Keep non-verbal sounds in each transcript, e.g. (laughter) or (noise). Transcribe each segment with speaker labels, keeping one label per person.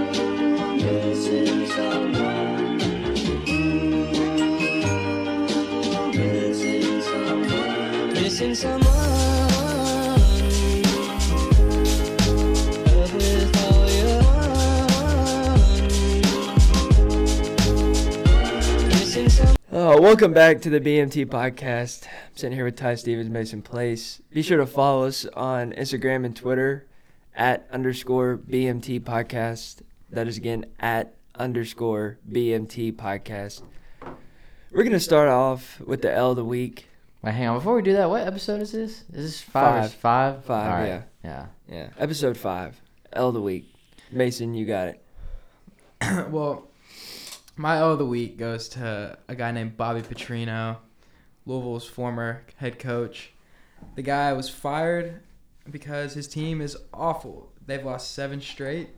Speaker 1: This is our world. Missing someone. Missing someone. Love without you. Missing someone.
Speaker 2: Oh, welcome back to the BMT podcast. I'm sitting here with Ty Stevens, Mason Place. Be sure to follow us on Instagram and Twitter at underscore BMT podcast. That is again at underscore BMT podcast. We're going to start off with the L of the week.
Speaker 3: Wait, hang on. Before we do that, what episode is this? Is this five? or
Speaker 2: Five.
Speaker 3: Five.
Speaker 2: Five,
Speaker 3: Alright,
Speaker 2: yeah.
Speaker 3: Yeah.
Speaker 2: Yeah. Episode five, L of the week. Mason, you got it.
Speaker 4: (laughs) well, my O of the week goes to a guy named Bobby Petrino, Louisville's former head coach. The guy was fired because his team is awful. They've lost seven straight.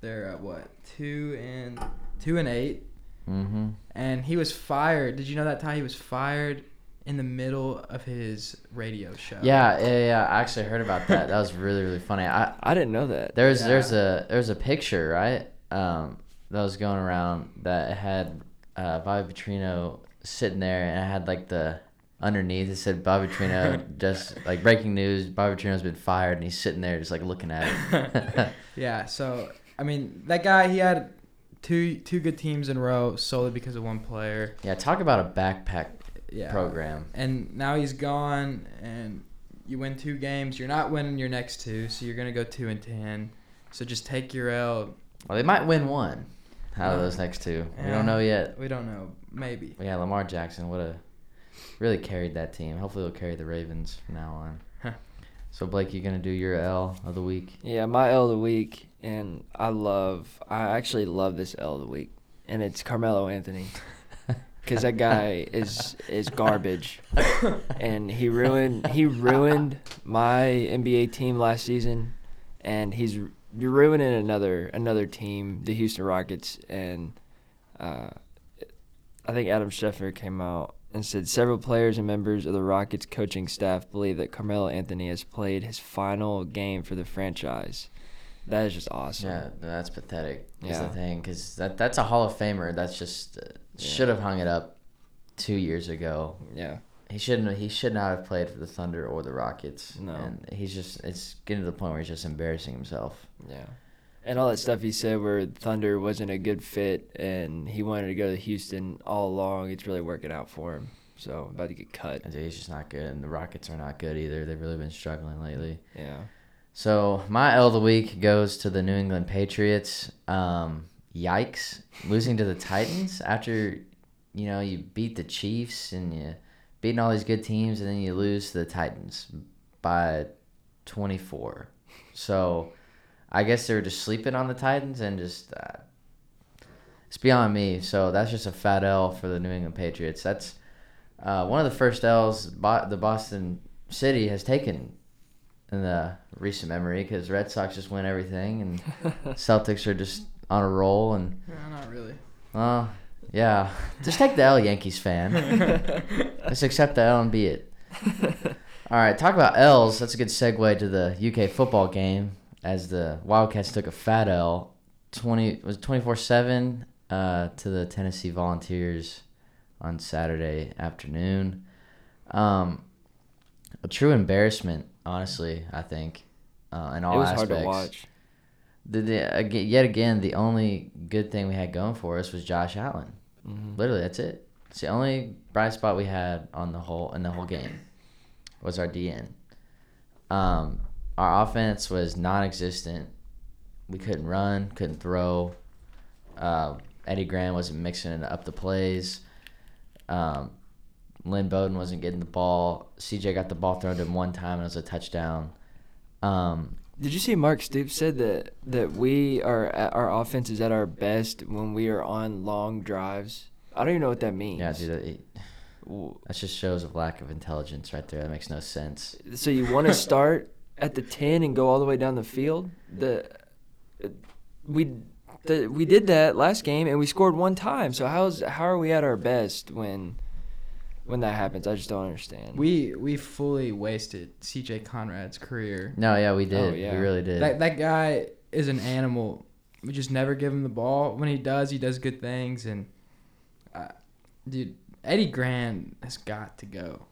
Speaker 4: They're at what two and two and eight,
Speaker 3: Mm-hmm.
Speaker 4: and he was fired. Did you know that Ty? He was fired in the middle of his radio show.
Speaker 3: Yeah, yeah, yeah. I actually heard about that. That was really, really funny. I
Speaker 2: I didn't know that.
Speaker 3: there's
Speaker 4: Yeah.
Speaker 3: there's a there's a picture right um, that was going around that had uh, Bobby Petrino sitting there and it had like the underneath it said Bobby
Speaker 4: (laughs)
Speaker 3: Petrino just like breaking news Bobby Petrino's been fired and he's sitting there just like looking at
Speaker 4: (laughs)
Speaker 3: it. (laughs)
Speaker 4: Yeah, so I mean that guy he had two two good teams in a row solely because of one player.
Speaker 3: yeah, talk about a backpack
Speaker 4: Yeah.
Speaker 3: program.
Speaker 4: And now he's gone and you win two games, you're not winning your next two, so you're gonna go two and ten. So just take your L.
Speaker 3: Well, they might win one out of those next two. We
Speaker 4: Yeah.
Speaker 3: don't know yet.
Speaker 4: We don't know. Maybe.
Speaker 3: But yeah, Lamar Jackson would have really carried that team. Hopefully, they'll carry the Ravens from now on.
Speaker 4: Huh.
Speaker 3: So Blake, you gonna do your L of the week?
Speaker 2: Yeah, my L of the week, and I love, I actually love this L of the week, and it's Carmelo Anthony, because that guy is is garbage, and he ruined he ruined my NBA team last season, and he's r- ruining another another team, the Houston Rockets, and uh, I think Adam Schefter came out and said several players and members of the Rockets coaching staff believe that Carmelo Anthony has played his final game for the franchise. That is just awesome.
Speaker 3: Yeah, that's pathetic. Is
Speaker 2: Yeah.
Speaker 3: the thing because that that's a Hall of Famer. That's just uh, should have hung it up two years ago.
Speaker 2: Yeah.
Speaker 3: He shouldn't. He should not have played for the Thunder or the Rockets.
Speaker 2: No.
Speaker 3: and he's just it's getting to the point where he's just embarrassing himself.
Speaker 2: Yeah. And all that stuff he said where Thunder wasn't a good fit and he wanted to go to Houston all along, it's really working out for him. So about to
Speaker 3: (laughs)
Speaker 2: get cut.
Speaker 3: And he's just not good. And the Rockets are not good either. They've really been struggling lately.
Speaker 2: Yeah. (laughs)
Speaker 3: So my L of the week goes to the New England Patriots. Um, yikes, losing to the Titans after you know you beat the Chiefs and you beating all these good teams, and then you lose to the Titans by twenty four. So I guess they were just sleeping on the Titans and just uh, it's beyond me. So that's just a fat L for the New England Patriots. That's uh, one of the first L's Bo- the Boston City has taken in the recent memory because Red Sox just win everything
Speaker 2: (laughs)
Speaker 3: and Celtics are just on a roll and
Speaker 4: No, not really.
Speaker 3: uh, yeah, just take the L, Yankees
Speaker 2: (laughs)
Speaker 3: fan. Just accept the L and be it. All right, talk about L's. That's a good segue to the UK football game as the Wildcats took a fat L. Twenty it was twenty four seven uh, to the Tennessee Volunteers on Saturday afternoon. Um, a true embarrassment, honestly. I think uh, in all
Speaker 2: it was
Speaker 3: aspects
Speaker 2: hard to watch.
Speaker 3: the, the aga yet again the only good thing we had going for us was Josh Allen. Literally, that's it. It's the only bright spot we had on the whole in the whole game was our DN. Um, our offense was non-existent. We couldn't run, couldn't throw. Uh, Eddie Graham wasn't mixing it up the plays. Um, Lynn Bowden wasn't getting the ball. CJ got the ball thrown to him one time and it was a touchdown. Um,
Speaker 2: Did you see Mark Stoops said that that we are at, our offense is at our best when we are on long drives? I don't even know what that means.
Speaker 3: yeah, dude, it-
Speaker 2: W-
Speaker 3: That just shows a lack of intelligence right there. That makes no sense.
Speaker 2: So you want to start at the ten and go all the way down the field? The uh, we the, we did that last game and we scored one time. So how's how are we at our best when when that happens? I just don't understand.
Speaker 4: We we fully wasted CJ Conrad's career.
Speaker 3: No, yeah, we did.
Speaker 2: yeah.
Speaker 3: We really did.
Speaker 4: That that guy is an animal. We just never give him the ball. When he does, he does good things. And uh, dude, Eddie Grant has got to go.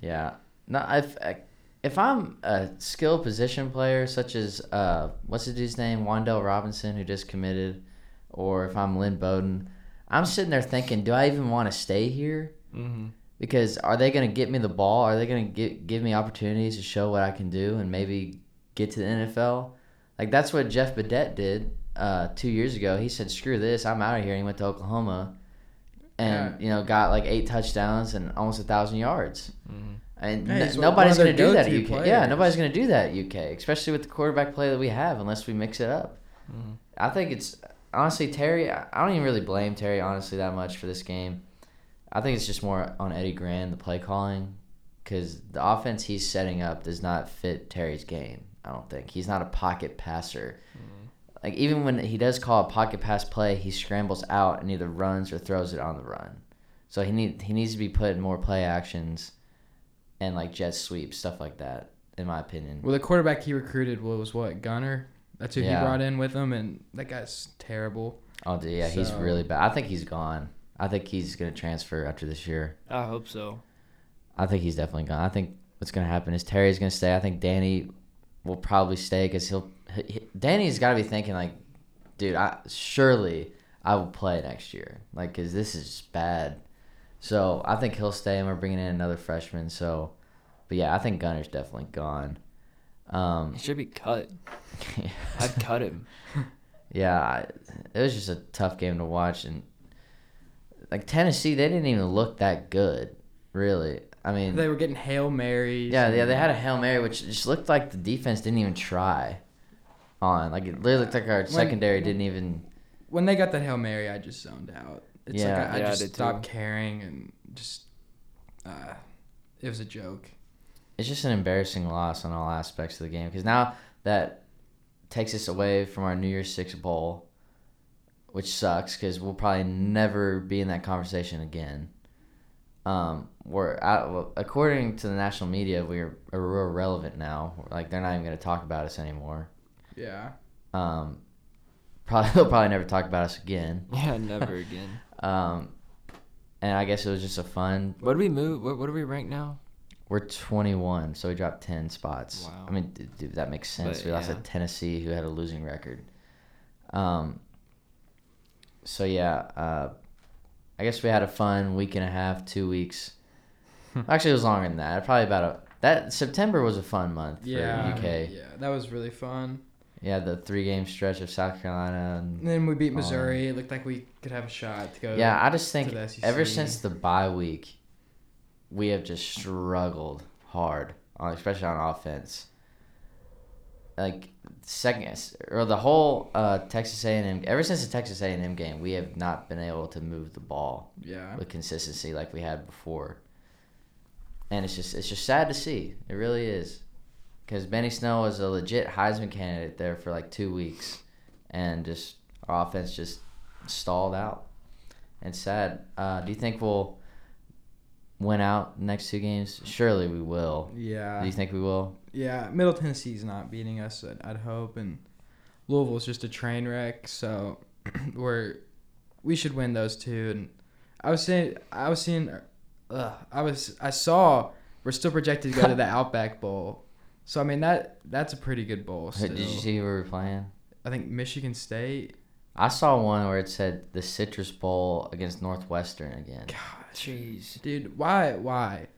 Speaker 3: Yeah. No, if uh, if I'm a skill position player, such as uh, what's the dude's name, Wandell Robinson, who just committed, or if I'm Lynn Bowden, I'm sitting there thinking, do I even want to stay here?
Speaker 2: Mm-hmm.
Speaker 3: Because are they going to get me the ball? Are they going to get, give me opportunities to show what I can do and maybe get to the NFL? Like that's what Jeff Badette did uh, two years ago. He said, "Screw this, I'm out of here." And he went to Oklahoma, and you know got like eight touchdowns and almost a thousand yards. And
Speaker 4: Yeah,
Speaker 3: n-
Speaker 4: he's one
Speaker 3: nobody's
Speaker 4: of their
Speaker 3: going to do that at
Speaker 4: go-to
Speaker 3: UK. Yeah,
Speaker 4: players.
Speaker 3: nobody's going to do that at UK, especially with the quarterback play that we have, unless we mix it up.
Speaker 4: Mm-hmm.
Speaker 2: Mhm.
Speaker 3: I think it's honestly Terry. I I don't even really blame Terry honestly that much for this game. I think it's just more on Eddie Grand the play calling, because the offense he's setting up does not fit Terry's game. I don't think he's not a pocket passer. Like even when he does call a pocket pass play, he scrambles out and either runs or throws it on the run. So he need he needs to be put in more play actions and like jet sweeps, stuff like that, in my opinion.
Speaker 4: Well, the quarterback he recruited was what Gunner. That's who
Speaker 3: Yeah.
Speaker 4: he brought in with him, and that guy's terrible.
Speaker 3: Oh dude, yeah, he's
Speaker 4: So-
Speaker 3: really bad. I think he's gone. I think he's gonna transfer after this year.
Speaker 2: I hope so.
Speaker 3: I think he's definitely gone. I think what's gonna happen is Terry's gonna stay. I think Danny will probably stay because he'll. He, he- Danny's got to be thinking like, dude, I surely I will play next year. Like, cause this is just bad. So I think he'll stay, and we're bringing in another freshman. So, but yeah, I think Gunner's definitely gone. Um, (laughs)
Speaker 2: He should be cut. I'd cut (laughs) him.
Speaker 3: yeah, I, it was just a tough game to watch, and like Tennessee, they didn't even look that good, really. I mean,
Speaker 4: They were getting hail marys.
Speaker 3: yeah, yeah, they had a hail mary, which just looked like the defense didn't even try on. Like it literally looked like our secondary didn't even.
Speaker 4: When they got that hail mary, I just zoned out. It's
Speaker 3: Yeah.
Speaker 4: like I, I
Speaker 2: Yeah, I
Speaker 4: just
Speaker 2: did too.
Speaker 4: stopped caring and just. Uh, it was a joke.
Speaker 3: It's just an embarrassing loss on all aspects of the game because now that takes us away from our New Year's Six bowl, which sucks because we'll probably never be in that conversation again. Um, we're out, well, according to the national media, we're irrelevant now. Like they're not even going to talk about us anymore.
Speaker 4: Yeah.
Speaker 3: Um, (laughs) probably they'll probably never talk about us again.
Speaker 2: Yeah, never again.
Speaker 3: Um, and I guess it was just a fun.
Speaker 2: What do we move? What, what are we ranked now?
Speaker 3: We're 21, so we dropped 10 spots.
Speaker 2: Wow.
Speaker 3: I mean, d- dude, that makes sense.
Speaker 2: But,
Speaker 3: we lost
Speaker 2: yeah.
Speaker 3: to Tennessee, who had a losing record. Um. So yeah, uh, I guess we had a fun week and a half, two weeks.
Speaker 2: Hmm.
Speaker 3: Actually, it was longer than that. Probably about a that September was a fun month for
Speaker 4: Yeah.
Speaker 3: UK.
Speaker 4: Yeah, that was really fun.
Speaker 3: Yeah, the three game stretch of South Carolina and
Speaker 4: And then we beat
Speaker 3: Um,
Speaker 4: Missouri. it looked like we could have a shot to go.
Speaker 3: Yeah, I just think
Speaker 4: to the E SEC.
Speaker 3: ever since the bye week, we have just struggled hard, on, especially on offense. Like second or the whole uh, Texas A&M. Ever since the Texas A&M game, we have not been able to move the ball
Speaker 4: Yeah.
Speaker 3: with consistency like we had before, and it's just it's just sad to see. It really is, because Benny Snow was a legit Heisman candidate there for like two weeks, and just our offense just stalled out. And sad. Uh, do you think we'll win out the next two games? Surely we will. Do
Speaker 4: Yeah.
Speaker 3: you think we will?
Speaker 4: Yeah. Middle Tennessee's not beating us, I'd, I'd hope. And Louisville's just a train wreck. So (clears throat) we're, we should win those two. And I was saying, I was seeing, ugh, I was, I saw we're still projected to go to the Outback Bowl. So, I mean, that that's a pretty good bowl.
Speaker 3: Did you
Speaker 4: still.
Speaker 3: see who we were playing?
Speaker 4: I think Michigan State.
Speaker 3: I saw one where it said the Citrus Bowl against Northwestern again.
Speaker 2: Jeez.
Speaker 4: Dude, why? Why?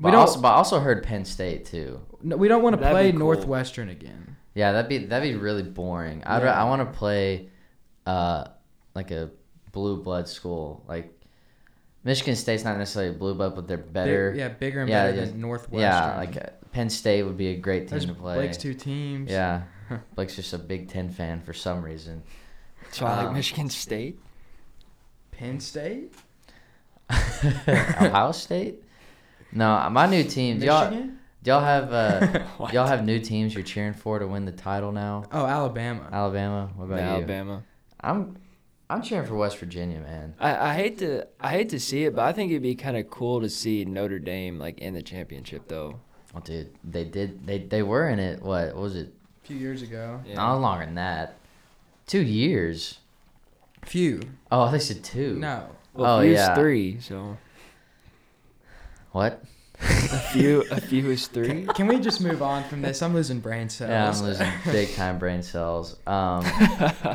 Speaker 3: But,
Speaker 4: We don't,
Speaker 3: also, but I also heard Penn State too.
Speaker 4: no, we don't want to
Speaker 2: That'd
Speaker 4: play
Speaker 2: be cool.
Speaker 4: Northwestern again.
Speaker 3: Yeah, that'd be that'd be really boring. I'd, ra-
Speaker 4: Yeah.
Speaker 3: I want to play, uh, like a blue blood school. Like Michigan State's not necessarily blue blood, but they're
Speaker 4: Big-
Speaker 3: better.
Speaker 4: yeah, bigger and
Speaker 3: Yeah,
Speaker 4: better
Speaker 3: yeah.
Speaker 4: than Northwestern.
Speaker 3: yeah, like uh, Penn State would be a great team
Speaker 4: there's
Speaker 3: to play.
Speaker 4: Blake's two teams.
Speaker 3: Yeah,
Speaker 4: (laughs)
Speaker 3: Blake's just a Big Ten fan for some reason.
Speaker 2: So I like
Speaker 3: Um,
Speaker 2: Michigan State.
Speaker 4: Penn State,
Speaker 3: Ohio State? No, my new team. Do y'all,
Speaker 4: Michigan.
Speaker 3: do y'all have uh,
Speaker 2: (laughs)
Speaker 4: (laughs)
Speaker 2: What?
Speaker 3: y'all have new teams you're cheering for to win the title now?
Speaker 4: Oh, Alabama.
Speaker 3: Alabama. What about you?
Speaker 2: Alabama.
Speaker 3: I'm I'm cheering for West Virginia, man.
Speaker 2: I, I hate to I hate to see it, but I think it'd be kind of cool to see Notre Dame like in the championship though.
Speaker 3: Oh, dude, they did. They they were in it. What, what was it?
Speaker 4: few years ago.
Speaker 3: Not longer than that. Two years.
Speaker 4: Few.
Speaker 3: Oh, they said two.
Speaker 4: No.
Speaker 2: Well,
Speaker 3: Oh,
Speaker 2: few
Speaker 3: yeah.
Speaker 2: is three, so
Speaker 3: What?
Speaker 2: a few a few is (laughs) three.
Speaker 4: Can we just move on from this? I'm losing brain
Speaker 3: (laughs)
Speaker 4: cells.
Speaker 3: Yeah, I'm
Speaker 4: (laughs)
Speaker 3: losing big time brain cells.
Speaker 2: (laughs)
Speaker 3: Um,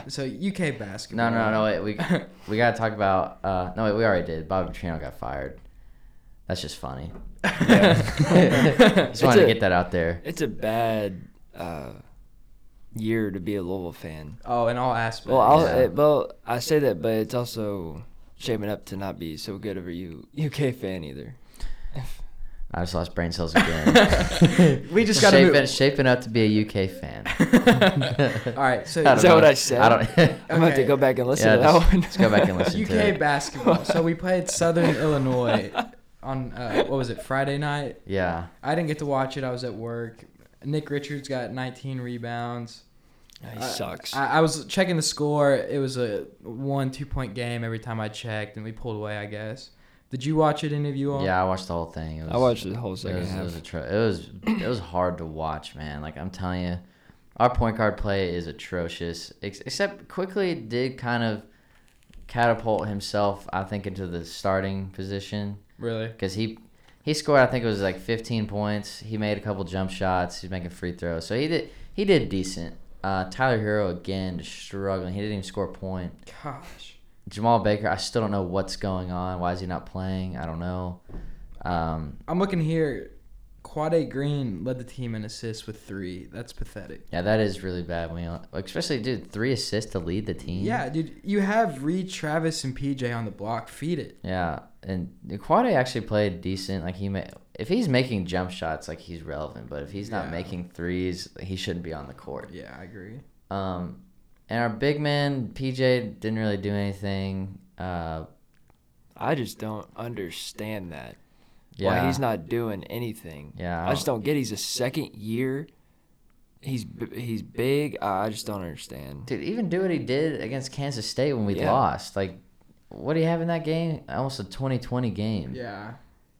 Speaker 4: So UK
Speaker 3: no,
Speaker 4: basketball.
Speaker 3: no, no. Wait, we we gotta talk about. Uh, no, wait, we already did. Bobby Petrino got fired. That's just
Speaker 2: (laughs)
Speaker 3: funny. (laughs) Just
Speaker 2: It's
Speaker 3: wanted
Speaker 2: a-
Speaker 3: to get that out there.
Speaker 2: It's a bad uh, year to be a Louisville fan.
Speaker 4: oh, in all aspects.
Speaker 2: Well, I'll,
Speaker 3: Yeah.
Speaker 2: uh, well, I say that, but it's also shaping up to not be so good of a U- UK fan either. (laughs)
Speaker 3: I just lost brain cells again.
Speaker 2: (laughs)
Speaker 4: we just gotta
Speaker 3: shaping,
Speaker 4: move.
Speaker 3: shaping up to be a UK fan.
Speaker 4: All right,
Speaker 3: (laughs)
Speaker 4: so
Speaker 3: don't
Speaker 2: Is that
Speaker 3: know.
Speaker 2: what I said?
Speaker 3: I don't. (laughs)
Speaker 2: I'm gonna have to
Speaker 4: Okay.
Speaker 2: go back and listen
Speaker 3: Yeah,
Speaker 2: to that
Speaker 3: just-
Speaker 2: one.
Speaker 3: just go back and listen. to
Speaker 4: UK
Speaker 3: it.
Speaker 4: basketball. So we played
Speaker 2: (laughs)
Speaker 4: Southern Illinois on uh, what was it Friday night?
Speaker 3: yeah.
Speaker 4: I didn't get to watch it. I was at work. Nick Richards got 19 rebounds.
Speaker 2: Yeah, he
Speaker 4: I-
Speaker 2: sucks.
Speaker 4: I, I was checking the score. It was a one two point game every time I checked, and we pulled away. I guess. Did you watch it? Any of you all?
Speaker 3: Yeah, I watched the whole thing. It was,
Speaker 2: I watched the whole
Speaker 3: it
Speaker 2: second
Speaker 3: was, it
Speaker 2: half.
Speaker 3: was atro- it was it was hard to watch, man. Like I'm telling you, our point guard play is atrocious. Ex- except quickly did kind of catapult himself, I think, into the starting position
Speaker 4: Really?
Speaker 3: because he he scored. I think it was like 15 points. He made a couple jump shots. He's making free throws, so he did he did decent. Uh, Tyler Hero again just struggling. He didn't even score a point.
Speaker 4: Gosh.
Speaker 3: Jamal Baker, I still don't know what's going on. Why is he not playing? I don't know. Um,
Speaker 4: I'm looking here. Quade Green led the team in assists with three. That's pathetic.
Speaker 3: Yeah, that is really bad. When you, especially, dude, three assists to lead the team.
Speaker 4: Yeah, dude, you have Reed, Travis, and PJ on the block. Feed it.
Speaker 3: Yeah, and Quade actually played decent. Like he, ma- if he's making jump shots, like he's relevant. But if he's not
Speaker 4: Yeah.
Speaker 3: making threes, he shouldn't be on the court.
Speaker 4: Yeah, I agree.
Speaker 3: Um, and our big man PJ didn't really do anything. Uh,
Speaker 2: I just don't understand that.
Speaker 3: yeah,
Speaker 2: Why he's not doing anything.
Speaker 3: Yeah,
Speaker 2: I, just don't get. He's a second year. He's b- he's big. I I just don't understand.
Speaker 3: dude. Even do what he did against Kansas State when we
Speaker 2: Yeah.
Speaker 3: lost. Like, what do you have in that game? Almost a 20-20 game.
Speaker 4: Yeah,
Speaker 3: Mm.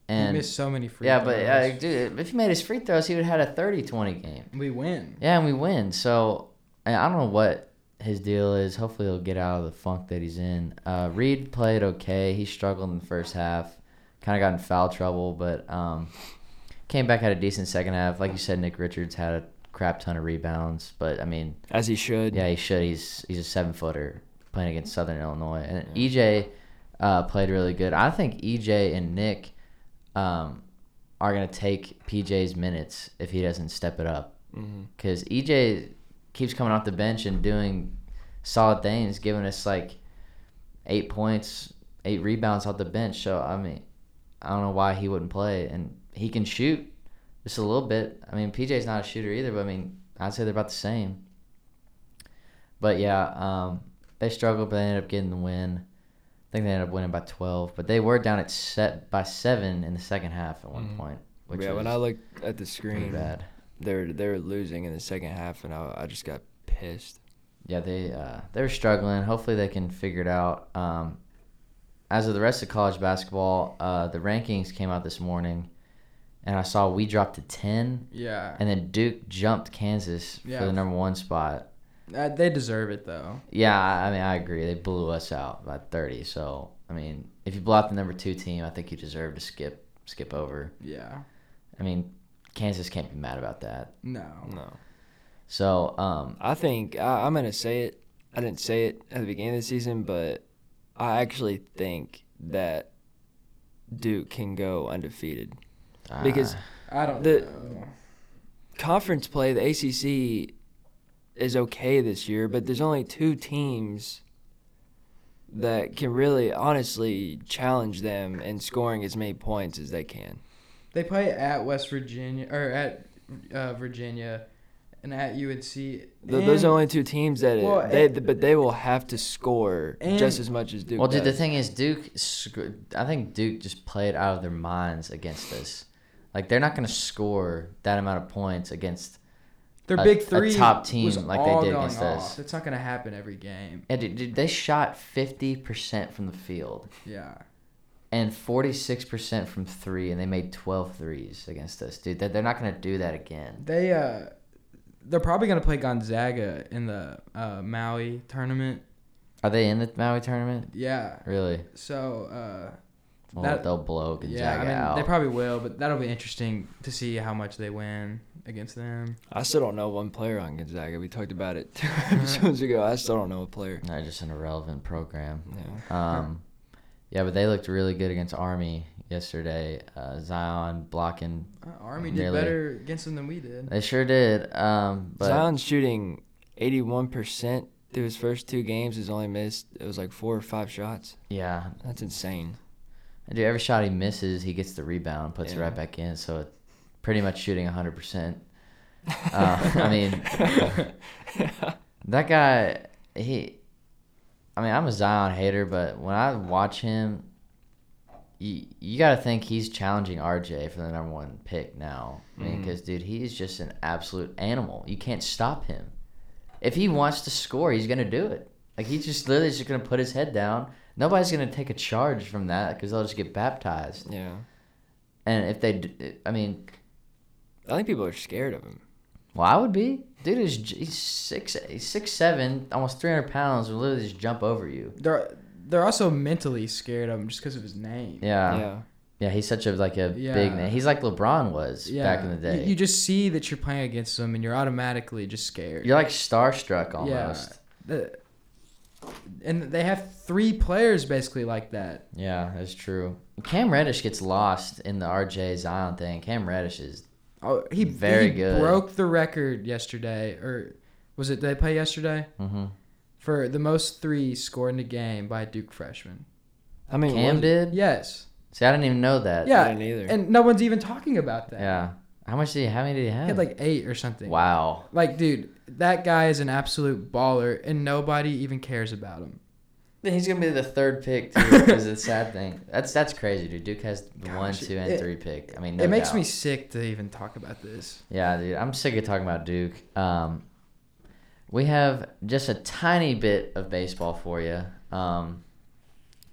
Speaker 3: and
Speaker 4: he missed so many free.
Speaker 3: yeah, but uh,
Speaker 4: throws.
Speaker 3: dude, if he made his free throws, he would have had a 30-20 game.
Speaker 4: we win.
Speaker 3: Yeah, and we win. So I I don't know what his deal is. Hopefully, he'll get out of the funk that he's in. Uh, Reed played okay. He struggled in the first half, kind of got in foul trouble, but um, came back had a decent second half. Like you said, Nick Richards had a crap ton of rebounds, but I mean,
Speaker 2: As he should.
Speaker 3: yeah, he should. He's he's a seven footer playing against Southern Illinois, and EJ uh, played really good. I think EJ and Nick um, are gonna take PJ's minutes if he doesn't step it up,
Speaker 2: Mm-hmm.
Speaker 3: because EJ E keeps coming off the bench and doing solid things, giving us like eight points, eight rebounds off the bench. So I mean, I don't know why he wouldn't play, and he can shoot just a little bit. I mean, PJ's not a shooter either, but I mean, I'd say they're about the same. But yeah, um, they struggled, but they ended up getting the win. I think they ended up winning by 12, but they were down at set by seven in the second half at one point, which
Speaker 2: yeah,
Speaker 3: was
Speaker 2: when I looked at the
Speaker 3: pretty
Speaker 2: screen,
Speaker 3: bad.
Speaker 2: they're they're losing in the second half, and I, I just got pissed.
Speaker 3: Yeah, they uh, they were struggling. Hopefully, they can figure it out. Um, as of the rest of college basketball, uh, the rankings came out this morning, and I saw we dropped to 10,
Speaker 4: Yeah,
Speaker 3: and then Duke jumped Kansas for
Speaker 4: Yeah.
Speaker 3: the number one spot.
Speaker 4: Uh, they deserve it though.
Speaker 3: Yeah, I I mean, I agree. They blew us out by 30. So, I mean, if you blow out the number two team, I think you deserve to skip skip over.
Speaker 4: Yeah.
Speaker 3: I mean, Kansas can't be mad about that.
Speaker 4: No.
Speaker 2: No,
Speaker 3: So, um,
Speaker 2: I think I, I'm gonna say it. I didn't say it at the beginning of the season, but I actually think that Duke can go undefeated because
Speaker 3: uh,
Speaker 4: I don't
Speaker 2: The-
Speaker 4: know.
Speaker 2: conference play, the ACC is okay this year, but there's only two teams that can really honestly challenge them in scoring as many points as they can.
Speaker 4: They play at West Virginia or at uh, Virginia and at UNC.
Speaker 2: Th those
Speaker 4: And-
Speaker 2: are only two teams that
Speaker 4: Well,
Speaker 2: they,
Speaker 4: and-
Speaker 2: but they will have to score
Speaker 4: And-
Speaker 2: just as much as Duke.
Speaker 3: well, dude, the
Speaker 2: does.
Speaker 3: thing is, Duke, sc- I think Duke just played out of their minds against us. Like, they're not going to score that amount of points against.
Speaker 4: their
Speaker 3: a-
Speaker 4: big
Speaker 3: a
Speaker 4: three
Speaker 3: top team
Speaker 4: was
Speaker 3: like they
Speaker 4: all
Speaker 3: did
Speaker 4: going
Speaker 3: against
Speaker 4: off.
Speaker 3: us.
Speaker 4: It's not gonna happen every game.
Speaker 3: Yeah, dude, dude, they shot 50% from the field
Speaker 4: Yeah.
Speaker 3: and 46% from three, and they made 12 threes against us, dude. They're, they're not going to do that again.
Speaker 4: They uh they're probably gonna play Gonzaga in the uh, Maui tournament.
Speaker 3: Are they in the Maui tournament?
Speaker 4: Yeah.
Speaker 3: Really?
Speaker 4: So uh,
Speaker 3: Well,
Speaker 4: That-
Speaker 3: they'll blow Gonzaga
Speaker 4: yeah, I mean
Speaker 3: out.
Speaker 4: they probably will, but that'll be interesting to see how much they win against them.
Speaker 2: I still don't know one player on Gonzaga. We talked about it (laughs) two
Speaker 3: Mm-hmm.
Speaker 2: episodes ago. I still don't know a player.
Speaker 3: Not just an irrelevant program.
Speaker 2: Yeah.
Speaker 3: Um, yeah, but they looked really good against Army yesterday. Uh, Zion blocking.
Speaker 4: Uh, Army did
Speaker 3: Nearly.
Speaker 4: better against them than we did.
Speaker 3: They sure did. Um, but
Speaker 2: Zion's shooting 81% through his first two games. He's only missed, it was like four or five shots.
Speaker 3: yeah, (laughs)
Speaker 2: That's insane.
Speaker 3: dude, every shot he misses, he gets the rebound and puts it
Speaker 2: Yeah.
Speaker 3: right back in. So it's pretty much shooting 100%. Uh, I mean, That guy, he, I mean, I'm a Zion hater, but when I watch him, you, you got to think he's challenging RJ for the number one pick now. I mean,
Speaker 2: Mhm.
Speaker 3: because, dude, he is just an absolute animal. You can't stop him. If he wants to score, he's going to do it. Like, he's just literally just going to put his head down. Nobody's going to take a charge from that because they'll just get baptized.
Speaker 2: (laughs) yeah.
Speaker 3: And if they, d- I mean,
Speaker 2: I think people are scared of him.
Speaker 3: Well, I would be. Dude is j- he's six, he's six seven, almost three hundred pounds. Will literally just jump over you.
Speaker 4: They're they're also mentally scared of him just because of his name.
Speaker 3: Yeah, yeah.
Speaker 2: yeah.
Speaker 3: he's such a like a big
Speaker 4: Yeah.
Speaker 3: name. He's like LeBron was back in the
Speaker 4: You-
Speaker 3: day.
Speaker 4: You, just see that you're playing against them, and you're automatically just scared.
Speaker 3: You, are like starstruck almost.
Speaker 4: The, and they have three players basically like that.
Speaker 3: Yeah, that's true. Cam Reddish gets lost in the RJ Zion thing. Cam Reddish is
Speaker 4: Oh, he
Speaker 3: Very
Speaker 4: he
Speaker 3: good.
Speaker 4: Broke the record yesterday, or was it? Did they play yesterday
Speaker 3: hmm
Speaker 4: for the most threes scored in a game by a Duke freshman?
Speaker 2: I mean,
Speaker 3: Cam
Speaker 2: what-
Speaker 3: did.
Speaker 4: Yes.
Speaker 3: See, I didn't even know that.
Speaker 4: Yeah.
Speaker 2: didn't either.
Speaker 4: And no one's even talking about that.
Speaker 3: yeah. How much did he? How many did he
Speaker 4: He
Speaker 3: have?
Speaker 4: had like eight or something.
Speaker 3: wow.
Speaker 4: Like, dude, that guy is an absolute baller, and nobody even cares about him.
Speaker 3: Then he's gonna be the third pick
Speaker 4: (laughs)
Speaker 3: too. is the sad thing. That's that's crazy, dude. Duke has the one,
Speaker 4: Gosh,
Speaker 3: two, and
Speaker 4: it-
Speaker 3: three pick. I mean, no
Speaker 4: it makes
Speaker 3: doubt.
Speaker 4: me sick to even talk about this.
Speaker 3: Yeah, dude, I'm sick of talking about Duke. Um, we have just a tiny bit of baseball for you. Um,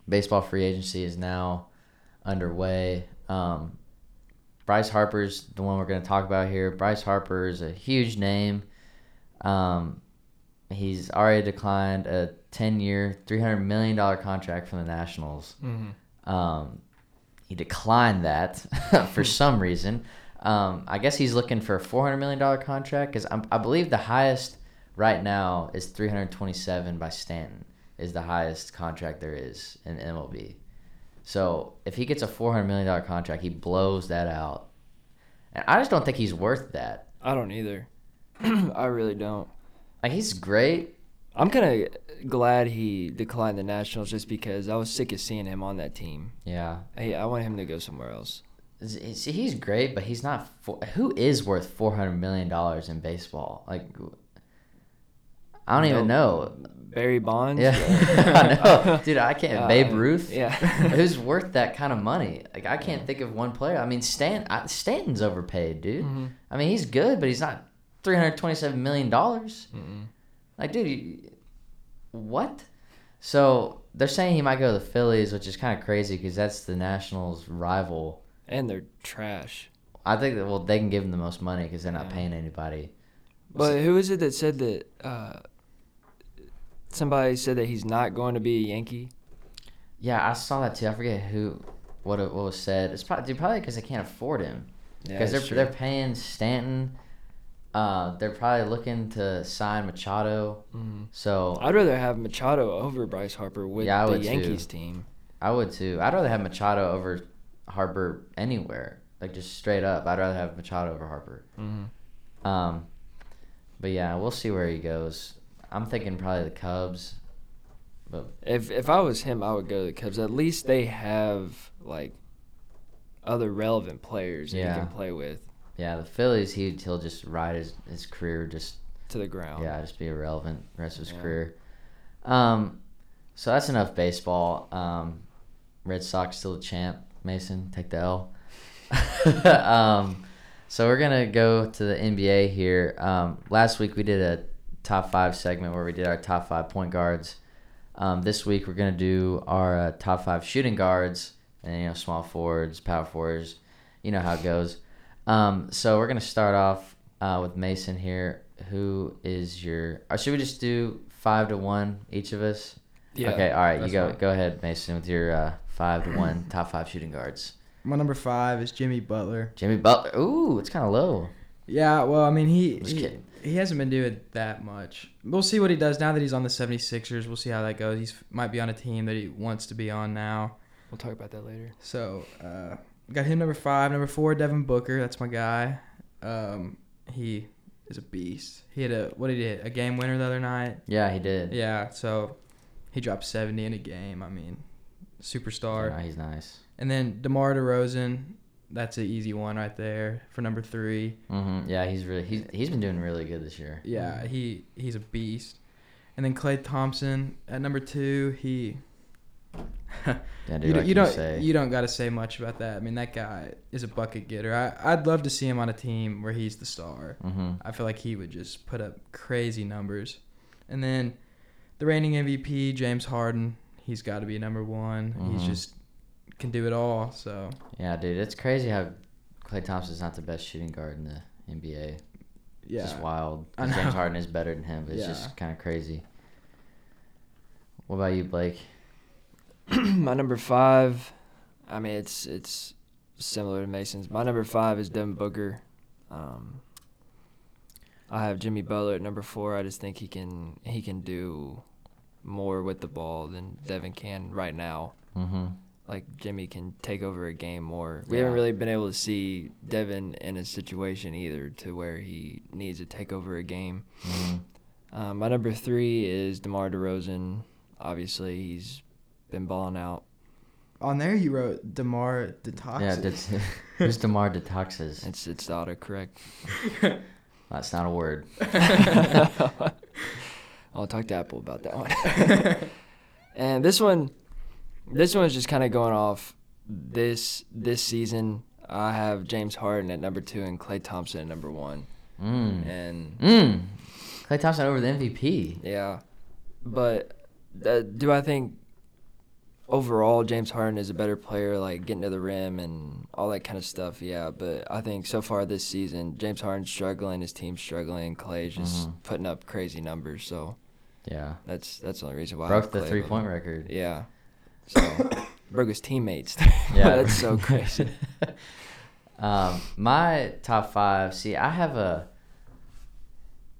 Speaker 3: baseball free agency is now underway. Um, Bryce Harper's the one we're going to talk about here. Bryce Harper is a huge name. Um, he's already declined a 10 year, $300 million contract from the Nationals.
Speaker 2: Mhm.
Speaker 3: Um, he declined that (laughs) for some reason. Um, I guess he's looking for a four hundred million dollar contract because I believe the highest right now is three hundred twenty seven by Stanton is the highest contract there is in MLB. So if he gets a four hundred million dollar contract, he blows that out, and I just don't think he's worth that.
Speaker 2: I don't either. (clears throat) I really don't.
Speaker 3: Like he's great.
Speaker 2: I'm kind of glad he declined the Nationals just because I was sick of seeing him on that team.
Speaker 3: Yeah,
Speaker 2: Hey, I want him to go somewhere else.
Speaker 3: see, he's great, but he's not. For, who is worth four hundred million dollars in baseball? Like, I don't even know.
Speaker 2: (laughs) Barry Bonds?
Speaker 3: Yeah, (laughs) I
Speaker 2: (laughs)
Speaker 3: know, dude. I can't.
Speaker 2: Uh,
Speaker 3: Babe Ruth.
Speaker 2: Yeah.
Speaker 3: (laughs) Who's worth that kind of money? Like I can't think of one player. I mean, Stan I, Stanton's overpaid, dude.
Speaker 2: Mhm.
Speaker 3: I mean, he's good, but he's not three hundred twenty-seven million dollars.
Speaker 2: Mm-mm.
Speaker 3: Like, dude, you, what? So they're saying he might go to the Phillies, which is kind of crazy because that's the Nationals' rival.
Speaker 2: and they're trash.
Speaker 3: I think that well, they can give him the most money because they're not
Speaker 2: Yeah.
Speaker 3: paying anybody.
Speaker 2: But who is it that said that? Uh, somebody said that he's not going to be a Yankee.
Speaker 3: Yeah, I saw that too. I forget who, what it, what was said. It's probably dude, probably because they can't afford him. because they're they're paying Stanton. Uh, they're probably looking to sign Machado.
Speaker 2: Mhm.
Speaker 3: So
Speaker 2: I'd rather have Machado over Bryce Harper with
Speaker 3: Yeah, I
Speaker 2: the
Speaker 3: would too.
Speaker 2: Yankees team.
Speaker 3: I would too. I'd rather have Machado over Harper anywhere. Like just straight up, I'd rather have Machado over Harper.
Speaker 2: Mhm.
Speaker 3: Um, but yeah, we'll see where he goes. I'm thinking probably the Cubs.
Speaker 2: If if I was him, I would go to the Cubs. At least they have like other relevant players that
Speaker 3: Yeah.
Speaker 2: you can play with
Speaker 3: Yeah, the Phillies. He he'll just ride his his career just
Speaker 2: to the ground.
Speaker 3: Yeah, just be irrelevant the rest of his
Speaker 2: Yeah.
Speaker 3: career. Um, so that's enough baseball. Um, Red Sox still the champ. Mason, take the L. (laughs) um, so we're gonna go to the NBA here. Um, last week we did a top five segment where we did our top five point guards. Um, this week we're gonna do our uh, top five shooting guards and you know small forwards, power forwards. You know how it goes. Um, so we're gonna start off uh, with Mason here. who is your? Or should we just do five to one each of us?
Speaker 2: Yeah.
Speaker 3: okay. All right. You
Speaker 4: that's
Speaker 3: go.
Speaker 4: fine.
Speaker 3: Go ahead, Mason, with your uh, five to one
Speaker 4: (clears throat)
Speaker 3: top five shooting guards.
Speaker 4: My number five is Jimmy Butler.
Speaker 3: Jimmy Butler. Ooh, it's kind of low.
Speaker 4: Yeah, well, I mean, he
Speaker 3: Just
Speaker 4: he,
Speaker 3: kidding.
Speaker 4: he hasn't been doing that much. We'll see what he does now that he's on the 76ers. We'll see how that goes. He might be on a team that he wants to be on now.
Speaker 2: We'll talk about that later.
Speaker 4: So uh, got him number five, number four, Devin Booker. That's my guy. Um, he is a beast. He had a what did he hit? A game winner the other night.
Speaker 3: Yeah, he did.
Speaker 4: Yeah, so he dropped seventy in a game. I mean, superstar.
Speaker 3: Yeah, Oh, he's nice.
Speaker 4: And then Demar Derozan. That's an easy one right there for number three.
Speaker 3: hmm Yeah, he's really he's he's been doing really good this year.
Speaker 4: Yeah, he he's a beast. And then Clay Thompson at number two. He.
Speaker 3: Yeah, dude,
Speaker 4: you,
Speaker 3: like
Speaker 4: don't-
Speaker 3: you
Speaker 4: you don't
Speaker 3: say.
Speaker 4: you don't got to say much about that. I mean, that guy is a bucket getter. I, I'd love to see him on a team where he's the star.
Speaker 3: hmm
Speaker 4: I feel like he would just put up crazy numbers. And then the reigning MVP, James Harden, he's got to be number one. He's
Speaker 3: Mhm.
Speaker 4: just can do it all. So
Speaker 3: Yeah, dude, it's crazy how Clay Thompson's not the best shooting guard in the NBA. It's
Speaker 4: yeah,
Speaker 3: just wild.
Speaker 4: I
Speaker 3: 'Cause
Speaker 4: know.
Speaker 3: James Harden is better than him, but it's
Speaker 4: Yeah.
Speaker 3: just kind of crazy. What about you, Blake?
Speaker 2: (clears throat) My number five, I mean, it's it's similar to Mason's. My number five is Devin Booker. Um, I have Jimmy Butler at number four. I just think he can he can do more with the ball than Devin can right now.
Speaker 3: Mm-hmm.
Speaker 2: Like Jimmy can take over a game more. We
Speaker 3: Yeah.
Speaker 2: haven't really been able to see Devin in a situation either to where he needs to take over a game.
Speaker 3: hmm
Speaker 2: Um, my number three is DeMar DeRozan. Obviously, he's been balling out.
Speaker 4: on there you wrote Demar Detox.
Speaker 3: Yeah, that's,
Speaker 4: (laughs)
Speaker 3: who's Demar Detoxes?
Speaker 2: It's it's the autocorrect.
Speaker 3: That's not a word.
Speaker 2: (laughs) I'll talk to Apple about that one.
Speaker 4: (laughs)
Speaker 3: (laughs)
Speaker 2: and this one, this one's just kind of going off this this season. I have James Harden at number two and Clay Thompson at number one.
Speaker 3: Mm.
Speaker 2: And
Speaker 3: Mm. Clay Thompson over the MVP.
Speaker 2: yeah, but uh, do I think overall James Harden is a better player, like getting to the rim and all that kind of stuff? Yeah, but I think so far this season, James Harden's struggling, his team's struggling, Clay's just putting up crazy numbers. So.
Speaker 3: Yeah.
Speaker 2: That's that's the only reason why I
Speaker 3: Broke the
Speaker 2: played
Speaker 3: three
Speaker 2: with
Speaker 3: point
Speaker 2: him.
Speaker 3: record.
Speaker 2: Yeah. So broke his teammates.
Speaker 3: Yeah.
Speaker 2: yeah, (laughs)
Speaker 3: (laughs)
Speaker 2: that's so crazy.
Speaker 3: Um, my top five. See, I have a.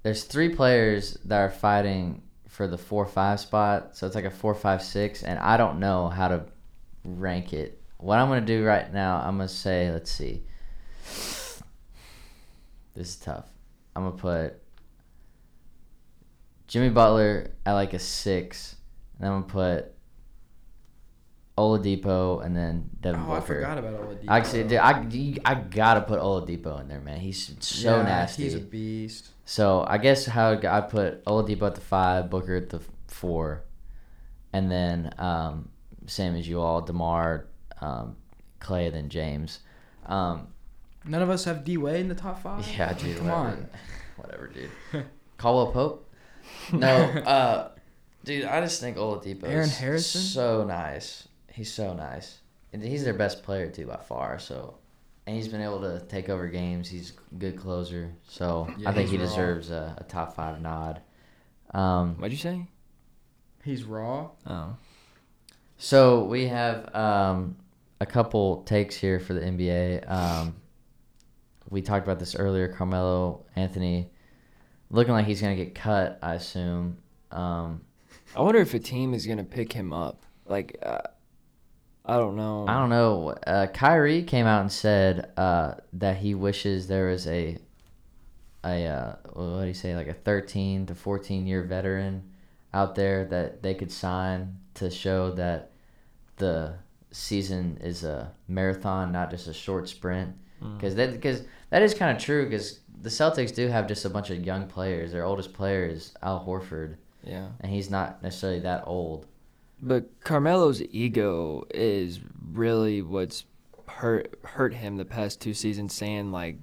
Speaker 3: There's three players that are fighting for the four five spot, so it's like a four five six, and I don't know how to rank it. What I'm gonna do right now, I'm gonna say, let's see. This is tough. I'm gonna put Jimmy Butler at like a six, and I'm gonna put Oladipo and then Devin
Speaker 4: Oh, I
Speaker 3: Booker.
Speaker 4: forgot about all the details.
Speaker 3: Actually, dude, I, you- I gotta put Oladipo in there, man. He's so
Speaker 4: Yeah,
Speaker 3: nasty.
Speaker 4: He's a beast.
Speaker 3: So I guess how it go- I put Oladipo at the five, Booker at the four, and then um, same as you all, Demar, um, Clay, then James. Um,
Speaker 4: None of us have D Wade in the top five.
Speaker 3: yeah, dude.
Speaker 4: Come
Speaker 3: whatever.
Speaker 4: on.
Speaker 3: (laughs) whatever, dude. Caldwell Pope.
Speaker 4: (laughs)
Speaker 3: No, uh, dude, I just think Oladipo.
Speaker 4: Aaron
Speaker 3: is
Speaker 4: Harrison?
Speaker 3: So nice. He's so nice, and he's their best player too by far. So, and he's been able to take over games. He's a good closer. So
Speaker 4: Yeah,
Speaker 3: I think
Speaker 4: he's
Speaker 3: he
Speaker 4: raw.
Speaker 3: deserves a, a top five nod. Um,
Speaker 2: What'd you say?
Speaker 4: He's raw.
Speaker 2: Oh.
Speaker 3: So we have um, a couple takes here for the NBA. Um, we talked about this earlier. Carmelo Anthony looking like he's gonna get cut. I assume. Um,
Speaker 2: I wonder if a team is gonna pick him up. Like uh, I don't know.
Speaker 3: I don't know. Uh, Kyrie came out and said uh, that he wishes there was a a uh, what do you say like a 13 to 14 year veteran out there that they could sign to show that the season is a marathon, not just a short sprint.
Speaker 2: Mm.
Speaker 3: Because that because that is kind of true. Because the Celtics do have just a bunch of young players. Their oldest player is Al Horford,
Speaker 2: Yeah.
Speaker 3: and he's not necessarily that old.
Speaker 2: But Carmelo's ego is really what's hurt hurt him the past two seasons saying like